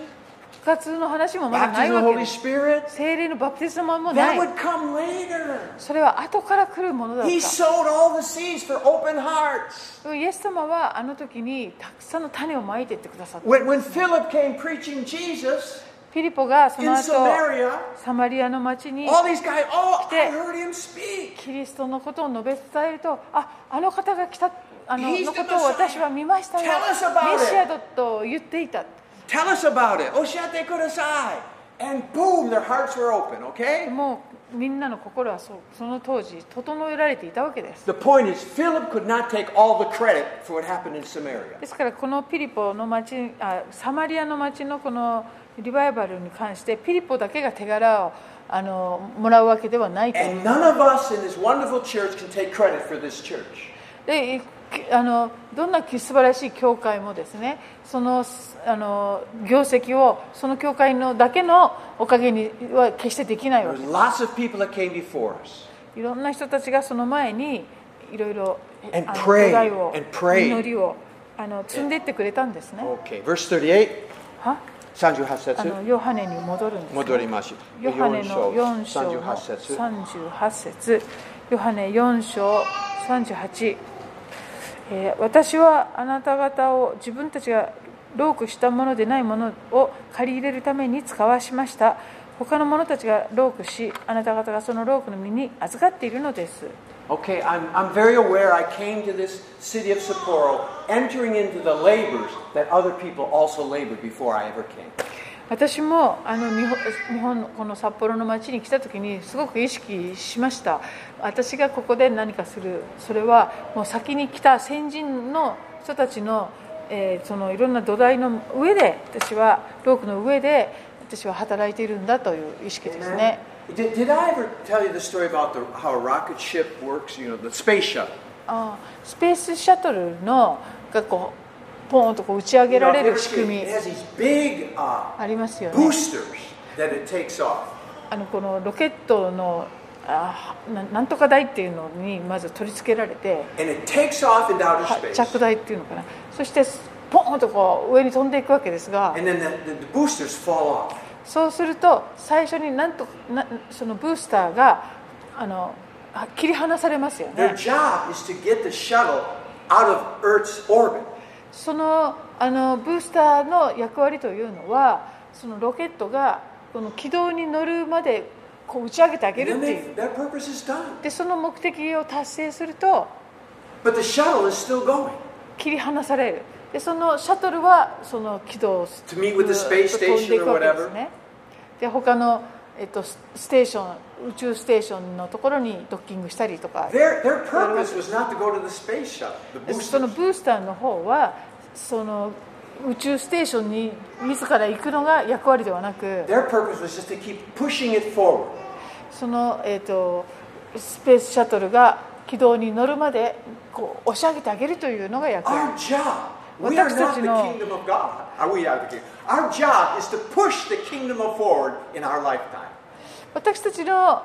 B: 活の話もまだない
E: baptism of
B: わけ
E: the Holy
B: です。
E: Spirit,
B: 精霊のバプテスマもな
E: that
B: い。
E: would come later.
B: それは後から来るものだっ
E: He
B: た。
E: sowed all the seeds for open hearts.
B: イエス様はあの時にたくさんの種をまいていってくださった。
E: When, when Philip came preaching Jesus
B: ピリポがその
E: in
B: 後、
E: Samaria,
B: サマリアの町に
E: all these guys, oh,
B: Işte-
E: I heard him speak.
B: キリストのことを述べ伝えると、あ、あの方が来た、あの
E: He's the
B: のことを私は見ましたよ
E: Tell us about。it.
B: メシアだと言っていた。
E: Tell us about it. "Oh, Oshate kudasai. And boom, their hearts were open, okay?
B: もうみんなの心はそうその当時、整えられていたわけです。
E: The point is, Philip could not take all the credit for what happened in Samaria.
B: ですから、このピリポの町あ、サマリアの町のこのリバイバルに関して、ピリポだけが手柄をあのもらうわけではないと。
E: And none of us in this wonderful church can take credit for this church.
B: でいあのどんな素晴らしい教会もですねそのすあの業績をその教会のだけのおかげには決してできない
E: There
B: わ
E: were
B: け
E: lots of people that came before us.
B: いろんな人たちがその前にいろいろ
E: And
B: あの
E: prayed,
B: 願いを
E: and prayed.
B: 祈りをあの積んでいってくれたんですね
E: Okay, verse 38,
B: はあ
E: 38節。
B: のヨハネに戻るんです、ね、
E: 戻ります。
B: ヨハネの4
E: 4
B: 章
E: 章
B: の
E: 38節。
B: 38節ヨハネ4章38、えー私はあなた方を自分たちがロークしたものでないものを借り入れるために使わしました他の者たちがロークしあなた方がそのロークの身に預かっているのです
E: Okay, I'm, I'm very aware I came to this city of Sapporo entering into the labors that other people also labored before I ever came.
B: 私もあの日本日本のこの札幌の町に来た時にすごく意識しました私がここで何かするそれはもう先に来た先人の人たちの,、えーそのいろんな土台の上で私はロークの上で私は働いているんだという意識ですね
E: Did, did I ever tell you the story about the, how a rocket ship works? You know, the space shuttle.
B: あースペースシャトルのがこうポーンとこう打ち上げ
E: You
B: ら
E: know,
B: れ
E: if you
B: る
E: ever
B: 仕
E: see,
B: 組み
E: it has these big uh,
B: ありますよね
E: boosters that it takes off.
B: あのこのロケットのあーななんとか台っていうのにまず取り付けられて
E: And it takes off into outer
B: 発
E: space.
B: 着台っていうのかなそしてポーンとこう上に飛んでいくわけですが
E: And then the, the, the boosters fall off.
B: そうすると最初になんとなそのブースターがあのは切り離されますよ
E: Their
B: ね
E: job is to get the shuttle out of Earth's orbit.
B: そのあのブースターの役割というのはそのロケットがこの軌道に乗るまでこう打ち上げてあげる
E: And then
B: ってい
E: they,
B: う
E: their purpose is done.
B: でその目的を達成すると
E: But the shuttle is still going
B: 切り離されるでそのシャトルはその軌道をずっと
E: To meet with the space
B: 飛んでいくわけ
E: station
B: で
E: or
B: すねで他の、えっと、スステーション宇宙ステーションのところにドッキングしたりとか
E: Their, their purpose was not to go to the space shuttle, the
B: その
E: boosters.
B: ブースターの方はその宇宙ステーションに自ら行くのが役割ではなく
E: Their purpose was just to keep pushing it forward.
B: その、えっと、スペースシャトルが軌道に乗るまでこう押し上げてあげるというのが役割
E: Our job, we are
B: 私
E: not the
B: たちの-
E: kingdom of God. Are we are the king- Our job is to push the kingdom of forward in our lifetime.
B: 私たちの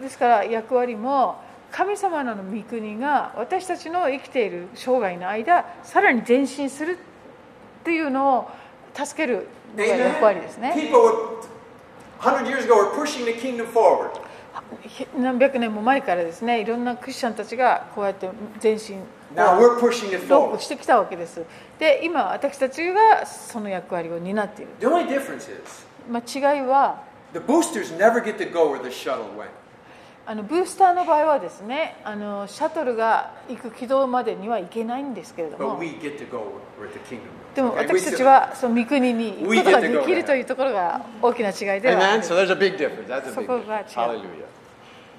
B: ですから役割も神様の御国が私たちの生きている生涯の間さらに前進するっていうのを助けるのが役割です
E: Amen.
B: ね
E: People were, 100 years ago were pushing the kingdom forward.
B: 何百年も前からですねいろんなクリスチャンたちがこうやって前進
E: Now we're pushing it
B: ロー
E: forward.
B: プしてきたわけですで今私たちがその役割を担っている、
E: The only difference is
B: まあ、違いは
E: the boosters never get to go where the shuttle went.
B: あのブースターの場合はですねあのシャトルが行く軌道までには行けないんですけれども
E: But we get to go where the kingdom
B: でも
E: Okay, we
B: 私た
E: still-
B: ちはその御国に行くことが
E: We get to
B: で
E: go
B: き
E: there.
B: るというところが大きな違いではあ
E: Amen.
B: る
E: So there's a big difference. That's a big
B: Sokogachi.
E: difference. Hallelujah.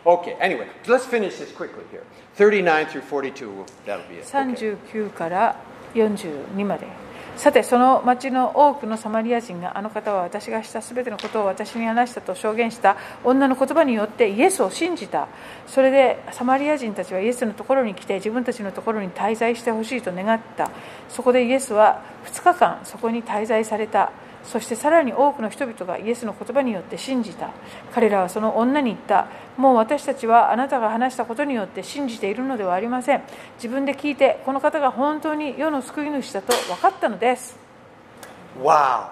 E: Okay. Anyway, let's finish this quickly here. 39 through 42. That'll be it. Okay.
B: 39から42までさてその町の多くのサマリア人があの方は私がしたすべてのことを私に話したと証言した女の言葉によってイエスを信じたそれでサマリア人たちはイエスのところに来て自分たちのところに滞在してほしいと願ったそこでイエスは2日間そこに滞在されたそしてさらに多くの人々がイエスの言葉によって信じた彼らはその女に言ったもう私たちはあなたが話したことによって信じているのではありません自分で聞いてこの方が本当に世の救い主だと分かったのです
E: Wow.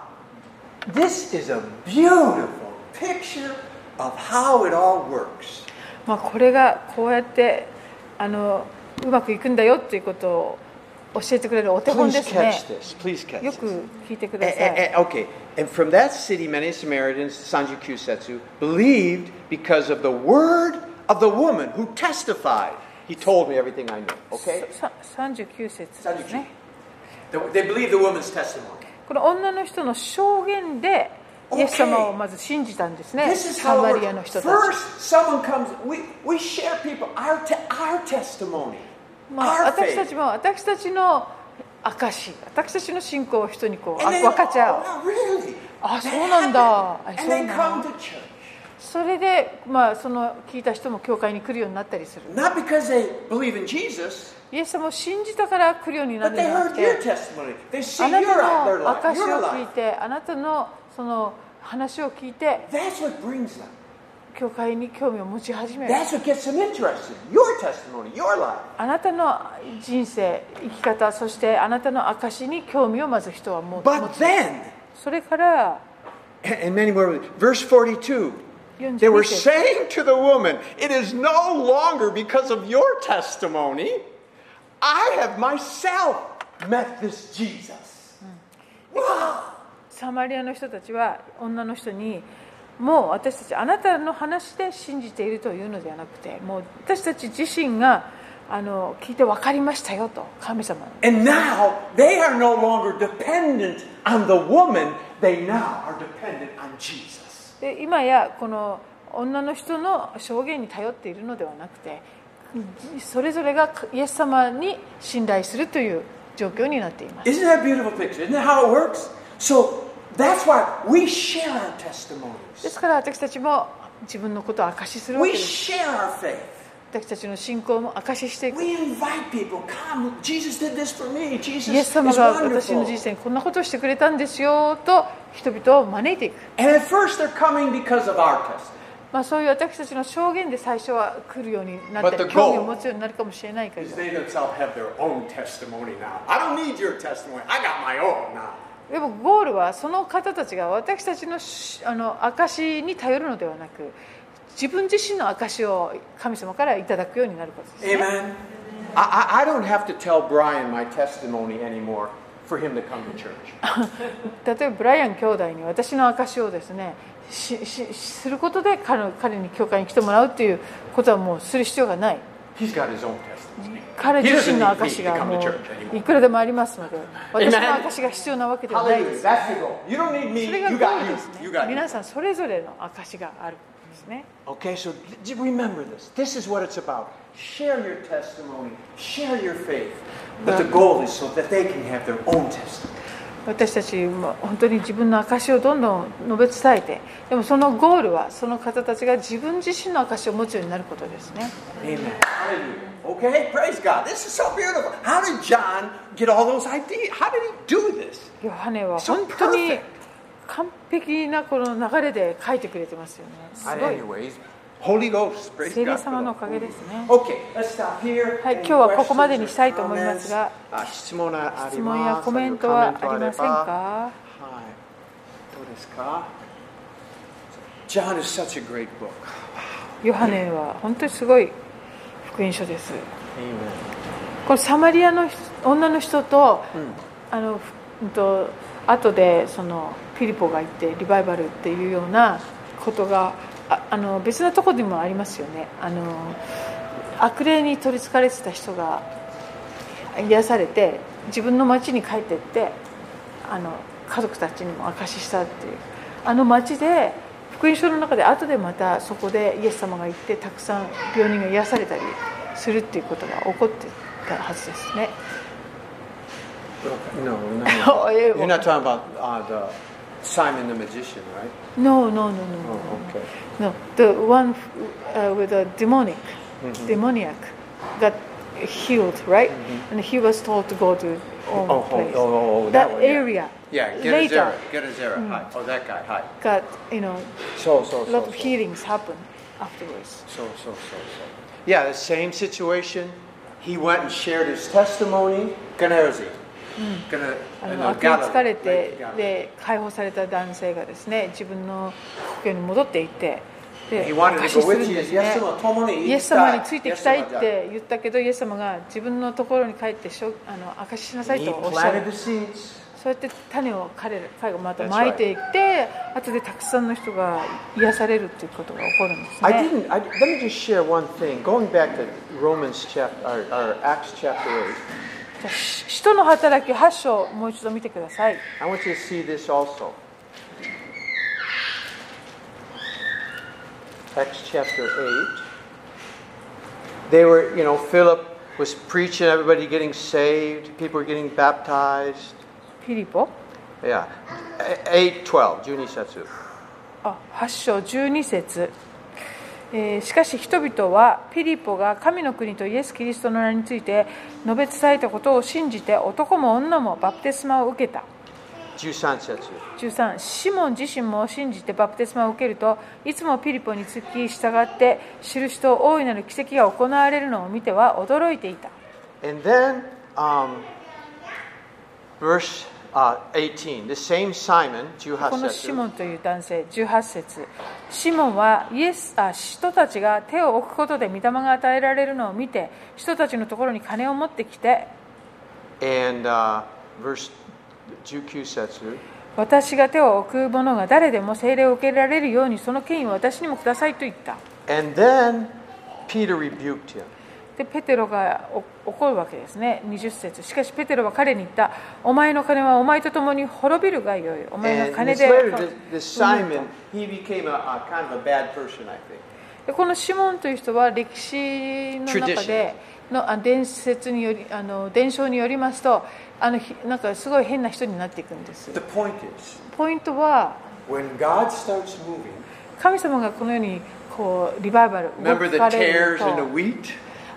E: This is a beautiful picture of how it all works.
B: まあこれがこうやってあのうまくいくんだよということを教えてくれるお手本
E: Please
B: ですね
E: catch this. Please catch
B: よ
E: this.
B: く聞いてく
E: Eh,
B: ださ
E: eh,
B: い
E: eh, okay, and from that city, many Samaritans, Sanju Kusetsu, believed because of the word of the woman who testified. He told me everything I knew. Okay?
B: さ39節ですね
E: The- They believed the woman's testimony.
B: この女の人の証言でイエス様をまず信じたんですね、
E: This is
B: サ
E: how
B: マ
E: it
B: リアの
E: works.
B: 人たち
E: First, someone comes, we, we share people, our, te- our testimony.
B: まあ、
E: our
B: 私た
E: faith.
B: ちも私たちの証私たちの信仰を人にこうあ
E: And they go,
B: 分かっちゃう
E: oh, wow, really?
B: あ、
E: That
B: そうなんだ。あ、
E: happened. And they
B: そうなんだ。
E: come to church.
B: それで、まあ、その聞いた人も教会に来るようになったりする
E: Not because they believe in Jesus,
B: イエス様を信じたから来るようになる
E: but
B: んじ
E: they
B: ゃなく
E: heard
B: て
E: your testimony. They see
B: あな
E: your,
B: た
E: their
B: の
E: life,
B: 証を聞
E: your
B: い
E: life.
B: てあなたのその話を聞いて
E: That's what brings them.
B: 教会に興味を持ち始める
E: That's what gets them interested. Your testimony, your life.
B: あなたの人生生き方そしてあなたの証に興味をまず人は持つ
E: But then,
B: それから、
E: and many more, verse 42. They
B: 42
E: were
B: 節
E: saying to the woman, It is no longer because of your testimony. I have myself met this Jesus. Wow!
B: サマリアの人たちは女の人にもう私たちあなたの話で信じているというのではなくてもう私たち自身があの聞いて分かりましたよと神様の
E: And now they are no longer dependent on the woman, they now are dependent on Jesus.
B: で今やこの女の人の証言に頼っているのではなくてそれぞれがイエス様に信頼するという状況になっています
E: Isn't that a beautiful picture? Isn't that how it works? So that's why we share our
B: で
E: testimonies,
B: すから私たちも自分のことを証しするわけ
E: we
B: です
E: share our faith.
B: 私たちの信仰も証ししていく
E: We invite people, come, Jesus did this for me. Jesus
B: イエ
E: is
B: ス様が私の
E: wonderful.
B: 人生にこんなことをしてくれたんですよと人々を招いていく、
E: And at first they're coming because of our testimony.
B: まあ、そういう私たちの証言で最初は来るようになった
E: But the
B: り
E: goal-
B: 興味を持つようになるかもしれないけれ
E: Because
B: ど
E: they themselves have their own testimony now. I don't need your testimony. I got my own now.
B: でもゴールはその方たちが私たちのしあの証に頼るのではなく自分自身の証を神様からいただくようになることです、ね、
E: Amen. I, I, I don't have to tell Brian my testimony anymore for him to come to church.
B: 例えばブライアン兄弟に私の証をですねししすることで彼の彼に教会に来てもらうということはもうする必要がない
E: He's got his own testimony.
B: 彼自身の証
E: He
B: が
E: doesn't need
B: も
E: me to come to church
B: う
E: anymore.
B: いくらでもありますので
E: Amen.
B: 私の証が必要なわけではないで
E: Hallelujah.
B: す
E: That's the goal. You don't need
B: それ
E: me.
B: が
E: You
B: ゴール
E: got
B: で
E: you.
B: す
E: You
B: ね
E: got you.
B: 皆さんそれぞれの証があるんですね
E: Okay, so th- th- remember this. This is what it's about. Share your testimony. Share your faith. But the goal is so that they can have their own testimony.
B: 私たちも本当に自分の証をどんどん述べ伝えてでもそのゴールはその方たちが自分自身の証を持つようになることですね
E: Amen. Hallelujah. Okay, praise God. This is so beautiful. How did John get all those ideas? How did he do this?
B: ヨハネは
E: So
B: 本当に
E: perfect.
B: 完璧なこの流れで書いてくれてますよねすごい
E: Anyways, Holy Ghost. Praise
B: 聖
E: God.
B: 霊様のおかげですね
E: Okay, let's stop here.
B: はい、
E: Any
B: 今日はここまで
E: questions
B: に
E: or
B: したいと思いますが
E: comments? あ質問はあ
B: 質
E: り
B: 問
E: ま
B: や
E: す
B: コメントはありません
E: は
B: か
E: い。どうですか John is such a great book.
B: ヨハネは本当にすごい福音書です。
E: Amen.
B: このサマリアの人女の人と、あのふうんと後でそのピリポが行ってリバイバルっていうようなことがああの別なところにもありますよね。あの悪霊に取りつかれてた人が癒されて自分の町に帰ってってあの家族たちにも証ししたっていうあの町で福音書の中で後でまたそこでイエス様が行ってたくさん病人が癒されたりするっていうことが起こってたはずですね。
E: No, we're not.
B: Oh, yeah.
E: You're not talking about uh, the Simon the magician, right?
B: No, no, no, no.
E: Oh, okay.
B: No, the one uh, with a demonic, demoniac, got healed, right? And he was told to go to own
E: Oh, oh,
B: place.
E: oh, oh,
B: that
E: that one, yeah.
B: area.
E: Yeah,
B: later Hmm.
E: Gedazera. Gedazera. Hi. Oh, that guy. Hi.
B: got you know
E: So, so,
B: a
E: so.
B: lot of
E: so.
B: healings happen afterwards.
E: So, so, so, so. Yeah, the same situation. He went and shared his testimony. Ganarzi.
B: Hmm.
E: Gana,
B: あ
E: in
B: の
E: the
B: 悪に
E: Galilee,
B: 疲れ
E: Lake
B: て
E: Galilee.
B: で解放された男性がですね自分の故郷に戻っていってで
E: He
B: お
E: wanted
B: 貸し
E: to go
B: する
E: with
B: んで
E: Jesus.
B: すね
E: Yes, Lord.
B: イエス様についてきたいって言ったけどイエス様が自分のところに帰ってしょあの証ししなさい
E: He
B: とおっしゃ
E: planted
B: る
E: the seeds.
B: そうやって種を彼ら彼がまた
E: That's right.
B: 撒いていって後でたくさんの人が癒されるっていうことが起こるんです
E: I
B: ね。
E: didn't. I, let me just share one thing. Going back to Romans chapter or, or Acts chapter eight,
B: じゃあし使徒の働き8章もう一度見てください。
E: I want you to see this also. Acts chapter eight. They were, you know, Philip was preaching, everybody getting saved, people were getting baptized.
B: フィリポ
E: Yeah, eight twelve. Junisetsu.
B: あ8章12節、えーしかし人々はピリポが神の国とイエス・キリストの名について述べ伝えたことを信じて男も女もバプテスマを受けた
E: Jusansetsu.
B: 13シモン自身も信じてバプテスマを受けるといつもピリポにつき従って印と大いなる奇跡が行われるのを見ては驚いていた
E: And then, um, verse uh, 18, the same Simon,
B: このシ
E: Juhasetsu.
B: モンという男性、18節シモンはイエスあ使徒たちが手を置くことで御霊が与えられるのを見て、使徒たちのところに金を持ってきて、
E: And uh, verse 19 setsu.
B: 私が手を置く者が誰でも聖霊を受けられるように、その権威を私にもくださいと言った。
E: And then Peter rebuked him.
B: でペテロがお怒るわけですね、20節しかしペテロは彼に言った、お前の金はお前と共に滅びるがよい、お前の
E: And
B: 金
E: this
B: で。
E: later, this, this Simon, he became a, a kind of a bad person, I think.
B: でこのシモンという人は歴史の中でのあ伝説によりあの伝承によりますとあのひなんかすごい変な人になっていくんです
E: The point is,
B: ポイントは
E: when God starts moving,
B: 神様がこのようにこうリバイバル
E: remember
B: 動
E: the
B: かれる
E: tares and the
B: と
E: wheat?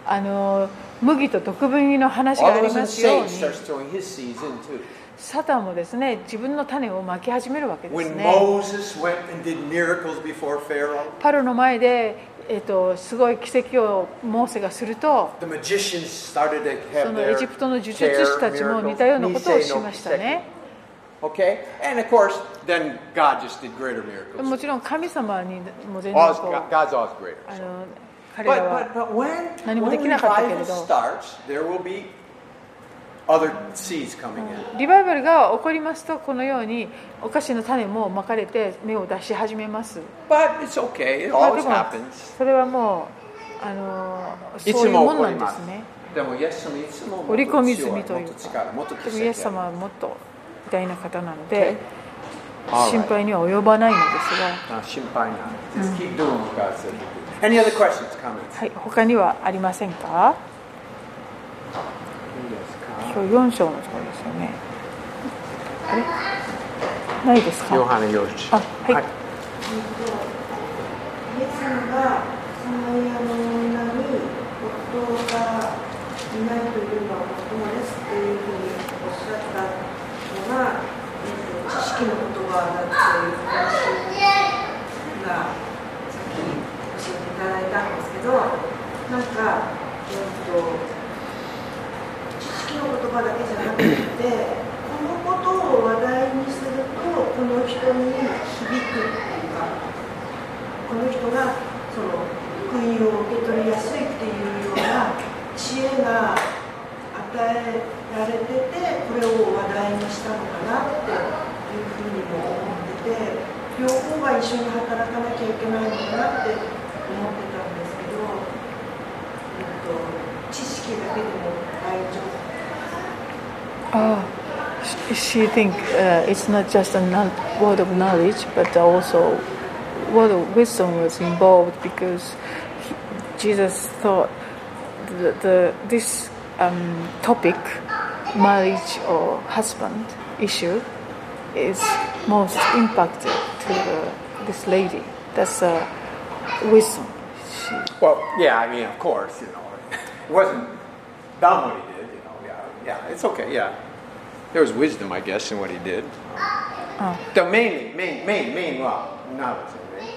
B: あの麦と毒麦の話
E: All
B: があ
E: of
B: り
E: a sudden,
B: ますよう
E: Satan
B: に
E: starts throwing his seeds in too.
B: サタンもですね自分の種をまき始めるわけです
E: When
B: ね
E: Moses went and did miracles before Pharaoh,
B: パロの前で、えっとすごい奇跡をモーセがすると
E: the magicians started to
B: そ
E: have
B: の
E: their
B: エジプトの呪術
E: terror
B: 師たちも似たようなことを
E: miracles.
B: しましたね
E: Nisei。no kiseki. Okay? And of course, then God just did greater miracles.
B: もちろん神様にも全然
E: Oz-
B: こう
E: God's always greater.
B: あ
E: so.
B: の彼ら
E: But,
B: は
E: but, but when,
B: 何も
E: when
B: できなかったけれど。
E: revival starts, there will be other seeds coming in.
B: リバイバルが起こりますとこのようにお菓子の種もまかれて芽を出し始めます。
E: But it's okay, it
B: まあで
E: always
B: も
E: happens.
B: それはもうあの
E: い
B: そう
E: つ
B: いう
E: も
B: も
E: 起
B: ん
E: こ
B: な
E: り
B: んで
E: ます
B: すね。
E: でも、イエス様いつももっと
B: 織り込み済
E: 強い
B: みとい
E: も
B: う
E: っと
B: か
E: 力もっと奇
B: で
E: 跡
B: もイエス様はもっと偉大な方なの
E: Okay.
B: で
E: Alright.
B: 心配には及ばないのですが。
E: あ心配ない
A: Oh,
E: Just keep doing what God said to do. Any other questions, comments?
B: はい、他にはありませんか
E: いいですか
B: 今日4章のところですよねあれないですか
E: ヨハネ4章。
B: あはい
D: イエスがサマリアの女に夫がいないというのは不当ですというふうにおっしゃったのが、えっと知識の言葉だという話がさっき教えていただいたんですけどなんか、えっと知識の言葉だけじゃなくてこのことを話題にするとこの人に響くっていうか。この人がその福音を受け取りやすいっていうような知恵が与えられててこれを話題にしたのかなっていうふうにも思ってて両方が一緒に働かなきゃいけないのかなって思ってたんですけど、えっと、知識だけでも大丈夫。
B: Oh, sh- she think uh, it's not just a knowl- word of knowledge, but also word of wisdom was involved because he, Jesus thought the, the this um, topic marriage or husband issue is most impacted to the, this lady. That's a wisdom. She,
E: Well, yeah, I mean, of course, you know, it wasn't dumb what he did, you know. Yeah, yeah, it's okay. Yeah, there was wisdom, I guess, in what he did. The mainly, main, main, main, well, knowledge. I mean.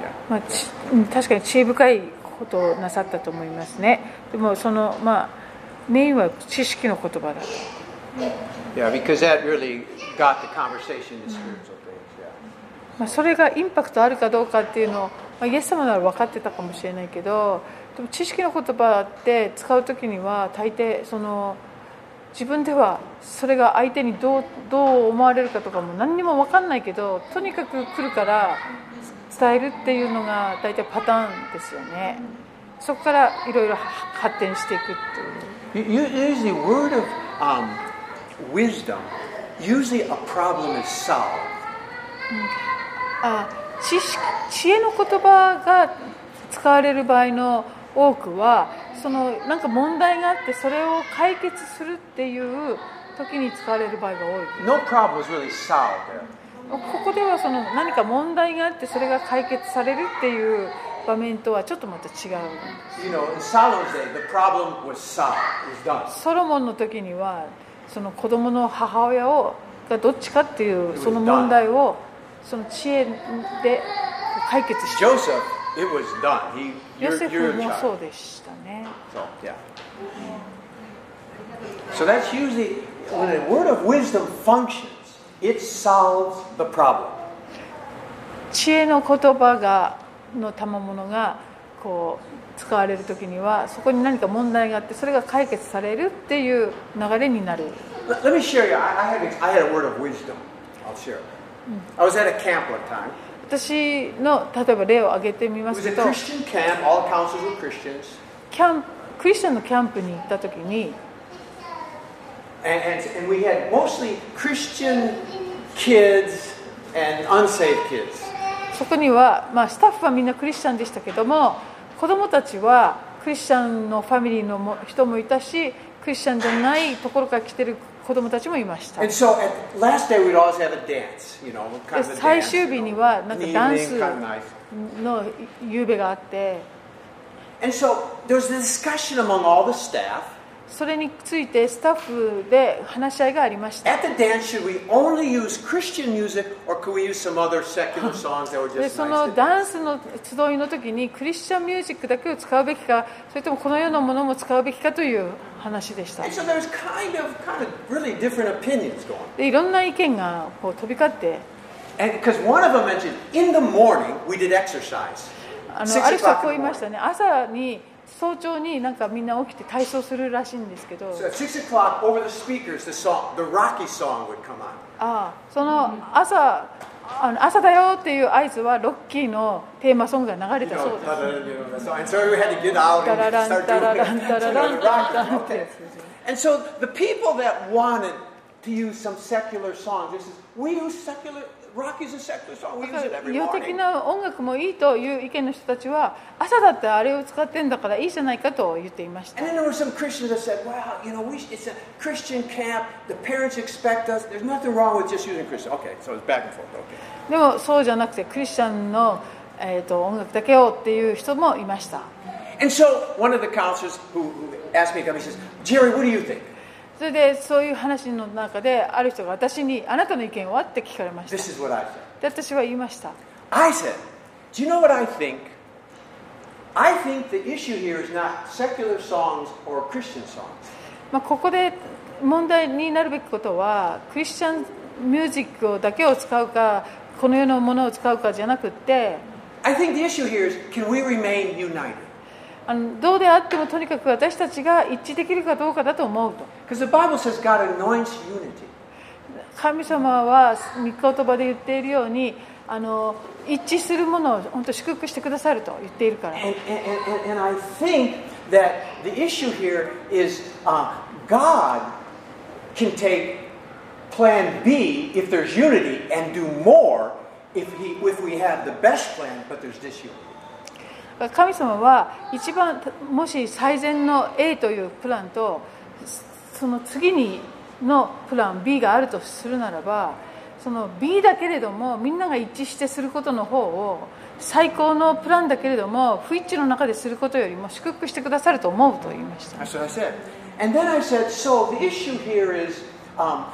E: Yeah.
B: まあ、ちうん確かに知恵深いことをなさったと思いますねでもそのまあメインは知識の言葉だと
E: yeah, because that really got the conversation to spiritual things. Yeah.
B: まあ、それがインパクトあるかどうかっていうのを、まあ、イエス様なら分かってたかもしれないけどでも知識の言葉って使う時には大抵その自分ではそれが相手にどうどう思われるかとかも何にも分かんないけどとにかく来るから伝えるっていうのが大体パターンですよねそこからいろいろ発展していくっていう
E: U- u- Usually, word of um, wisdom, usually a problem is solved.
B: あ知識知恵の言葉が使われる場合の多くはそのなんか問題があってそれを解決するっていう時に使われる場合が多い
E: No problem was really solved there.
B: ここではその何か問題があってそれが解決されるっていう場面とはちょっとまた違う
E: You know, in Solomon's day, the problem was solved. It was done.
B: ソロモンの時にはその子供の母親をがどっちかっていうその問題をその知恵で解決して
E: Joseph, it was done. He,
B: ヨ
E: you're,
B: セ
E: you're
B: フ
E: in
B: もそう
E: charge.
B: でしたね
E: So, yeah. So that's usually when a word of wisdom functions, it solves the problem.
B: 知恵の言葉がの賜物がこう使われる時にはそこに何か問題があってそれが解決されるっていう流れになる
E: Let, let me share you. I, I had I had a word of wisdom. I'll share. it. I was at a camp one time.
B: 私の例えば例を挙げてみ
E: It
B: ま
E: was a
B: すと
E: Christian camp. All counselors were Christians,
B: キャンプクリスチャンのキャンプに行った時に
E: and and, and we had mostly Christian kids and unsaved kids.
B: そこには、まあ、スタッフはみんなクリスチャンでしたけども子どもたちはクリスチャンのファミリーのも人もいたしクリスチャンじゃないところから来てる子どもたちもいました
E: And so at the last day, we'd always have a dance, you know, kind of
B: で
E: a dance.
B: 最終
E: you
B: 日に
E: know,
B: は
E: in
B: な
E: the
B: んか
E: evening,
B: ダンス
E: kind of nice.
B: の夕べがあって、
E: And so there was a discussion among all the staff.
B: それについてスタッフで話し合いがありました。
E: At the dance, should we only use Christian music, or could we use some other secular songs that were
B: で
E: just
B: そ
E: nice?
B: の
E: to-
B: ダンスの集いの時にクリスチャンミュージックだけを使うべきかそれともこの世のものも使うべきかという話でした
E: And so there's kind of, kind of really different opinions going.
B: でいろんな意見がこう飛び交って
E: And because one of them mentioned, in the morning we did exercise.
B: あ
E: 6
B: のある人は
E: o'clock
B: こう言
E: in
B: い
E: the
B: ましたね朝に早朝になんかみんな起きて体操するらしいんですけど
E: morning. So at six o'clock, over the speakers, the song, the Rocky song would come on.
B: ああその朝あの朝だよっていう合図はロッキーのテーマソングが流れ
E: You
B: たそう
E: know,
B: です
E: da-da-da, you know, that song. and so we had to get out
B: タラ
E: and
B: ラン
E: start
B: タララン
E: doing
B: タ
E: it.
B: ラ
E: So
B: ラン
E: the
B: タラ
E: Rocky,
B: ランってや
E: okay.
B: つですね
E: And so the people that wanted to use some secular songs, this is we use secular. Rocky's a secular song. We use it every
B: 世的
E: morning.
B: な音楽もいいという意見の人たちは朝だってあれを使ってんだからいいじゃないかと言っていました
E: And then there were some Christians that said, "Wow, you know, we, sh- it's a Christian camp. The parents expect us. There's nothing wrong with just using Christian." Okay, so it's back and forth. Okay.
B: でもそうじゃなくてクリスチャンの、えー、と音楽だけをっていう人もいました
E: And so one of the counselors who, who asked me to come, he says, Jerry, what do you think?
B: それでそういう話の中である人が私に「あなたの意見は?」って聞かれました
E: This
B: で
E: is what I said.
B: 私は言いました
E: I said, do you know what I think? I think the issue here is not secular songs or Christian songs.
B: まあ、ここで問題になるべきことはクリスチャンミュージックをだけを使うかこの世のものを使うかじゃなくって
E: I think the issue here is can we remain united?
B: あのどうであってもとにかく私たちが一致できるかどうかだと思うと
E: Because the Bible says God anoints unity.
B: 神様は御言葉で言っているようにあの一致するものを本当祝福してくださると言っているから
E: And, and, and, and I think that the issue here is uh, God can take plan B if there's unity and do more if, he, if we have the best plan but there's disunity.
B: 神様は一番もし最善の A というプランとその次にのプラン B があるとするならばその B だけれどもみんなが一致してすることの方を最高のプランだけれども不一致の中ですることよりも祝福してくださると思うと言いました
A: That's what I said. And then I said, so the issue here is, um,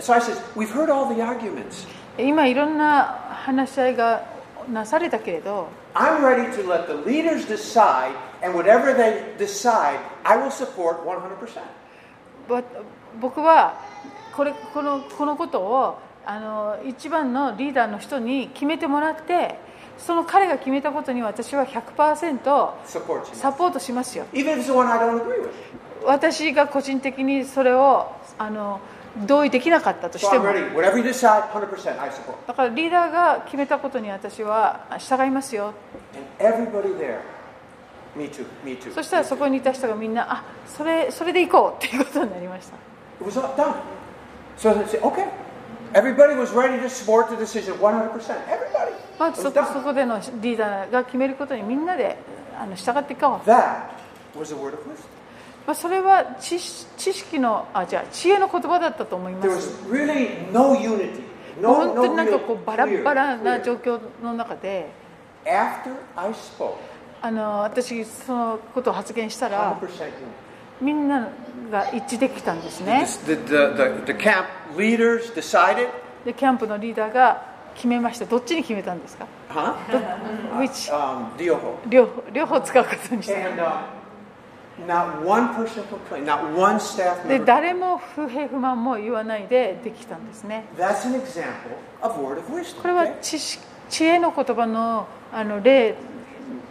A: so I said, we've heard all the arguments.
B: 今いろんな話し合いがなされたけれど
A: I'm ready to let the leaders decide, and whatever they decide, I will support 100%.
B: ぼ僕はこれこのこのことをあの一番のリーダーの人に決めてもらってその彼が決めたことに私は100%
A: Support you.
B: サポートしますよ
A: Even if it's the one I don't agree with.
B: 私が個人的にそれをあの同意できなかったと
A: So
B: して
A: I'm
B: も
A: ready. Whatever you decide, 100% I support.
B: だからリーダーが決めたことに私は従いますよ
A: And everybody there, me too, me too.
B: そしたらそこにいた人がみんなあそれそれで行こうっていうことになりました
A: It was all done. So they say, okay. Everybody was ready to support the decision 100%. Everybody.
B: まあ
A: It
B: そ
A: was
B: こそ
A: done.
B: こでのリーダーが決めることにみんなであの従っていこう
A: That was a word of wisdom.
B: まあ、それは知識知識のあじゃあ知恵の言葉だったと思いま
A: There was
B: す
A: really no unity.
B: もう
A: No,
B: 本当
A: no
B: になんか
A: unity.
B: こうバラッバラな
A: Clear,
B: 状
A: clear.
B: 況の中で
A: After I spoke,
B: あの私そのことを発言したら
A: 100% unity.
B: みんなが一致できたんですね
A: This- The, the, the, the camp leaders decided,
B: でキャンプのリーダーが決めましたどっちに決めたんですか
A: huh?
B: ど which
A: Um, Dioho.
B: 両方両方使うことにした
A: And uh, not one person complained, not one staff
B: で
A: member.
B: 誰も不平不満も言わないでできたんですね
A: That's an example of word of wisdom.
B: これは
A: okay?
B: 知識知恵の言葉のあの例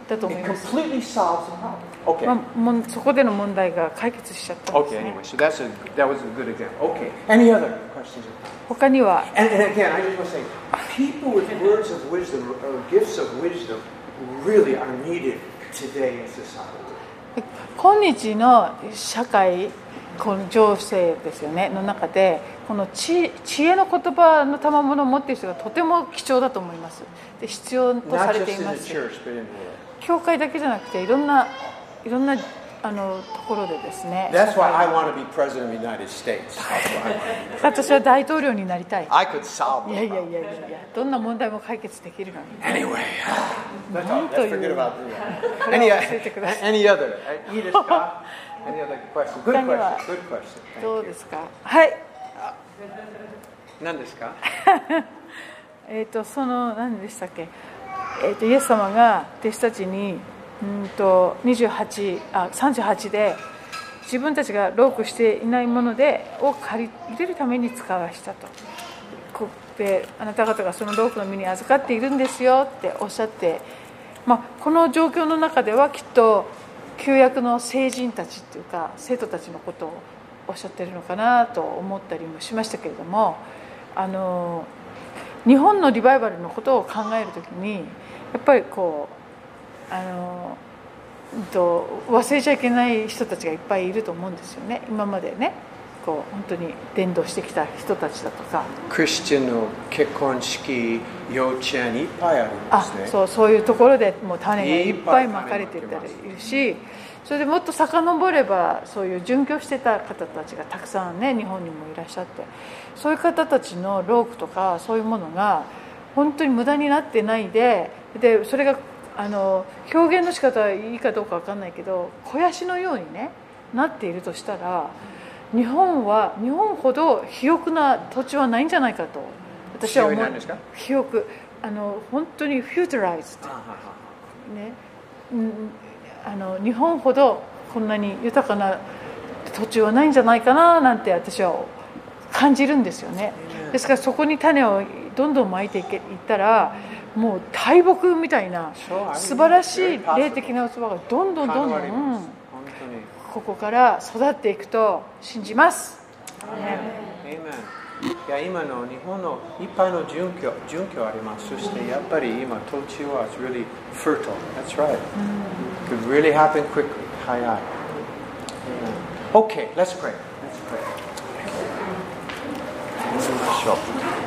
B: だと思い
A: It
B: ます
A: completely solves the problem. Okay.
B: まあ、もうそこでの問題が解決しちゃったんです、
A: Okay.
B: ね
A: Anyway, so that's a that was a good example. Okay. Any other questions?
B: 他には
A: And, and again, I just want to say, people with words of wisdom or gifts of wisdom really are needed today in society.
B: 今日の社会この情勢ですよねの中でこの知知恵の言葉の賜物を持っている人がとても貴重だと思いますで必要と
A: Not
B: されて
A: just
B: い
A: in
B: ま
A: the
B: す
A: church, but in the world.
B: 教会だけじゃなくていろんないろんなあのところでですね
A: That's why I want to be president of the United States. That's why I want.
B: 私は大統領になりたい
A: I could solve
B: い
A: the
B: やいや
A: problem.
B: いやいやいやどんな問題も解決できるのに
A: Anyway, that's all.
B: to
A: Let's forget
B: you.
A: about that. Any, any other? Edith Scott? Any other question? Good question. Good question.
B: ど
A: Thank
B: うで
A: you.
B: すかはい
A: 何ですか
B: えー、とその何でしたっけ、えー、とイエス様が弟子たちにうんと28あ38で自分たちがロークしていないものでを借り入れるために使わしたと。こであなた方がそのロークの身に預かっているんですよっておっしゃって、まあ、この状況の中ではきっと旧約の聖人たちっていうか生徒たちのことをおっしゃってるのかなと思ったりもしましたけれどもあの日本のリバイバルのことを考えるときにやっぱりこうあの、うんと、忘れちゃいけない人たちがいっぱいいると思うんですよね今までねこう本当に伝道してきた人たちだとか。
A: クリスチャンの結婚式、幼稚園いっぱいありま
B: あ
A: すね。
B: そうそういうところでもう種がいっぱ
A: いっぱい
B: いまかれてた
A: ま
B: り
A: き
B: いるしそれでもっと遡ればそういう殉教してた方たちがたくさんね日本にもいらっしゃってそういう方たちのロークとかそういうものが本当に無駄になってないででそれがあの表現の仕方はいいかどうか分かんないけど肥やしのようにねなっているとしたら日本は日本ほど肥沃な土地はないんじゃないかと私は思
A: 肥沃
B: う
A: なんですか
B: 肥沃あの本当にフューチャライズ
A: あはは
B: ね、うんあの日本ほどこんなに豊かな土地はないんじゃないかななんて私は感じるんですよねですからそこに種をどんどんまいていけいったらもう大木みたいな
A: そう
B: 素晴らしい
A: Very possible
B: 霊的な器がどんどんどんど
A: 考えられます
B: ん
A: 本当に。
B: ここから育っていくと信じます。
A: Amen いや今の日本のいっぱいの準拠準拠あります。そしてやっぱり今土地は it's really fertile. That's right. Could really happen quickly. 早い。Amen. Okay, let's pray. Let's pray. 祈りましょう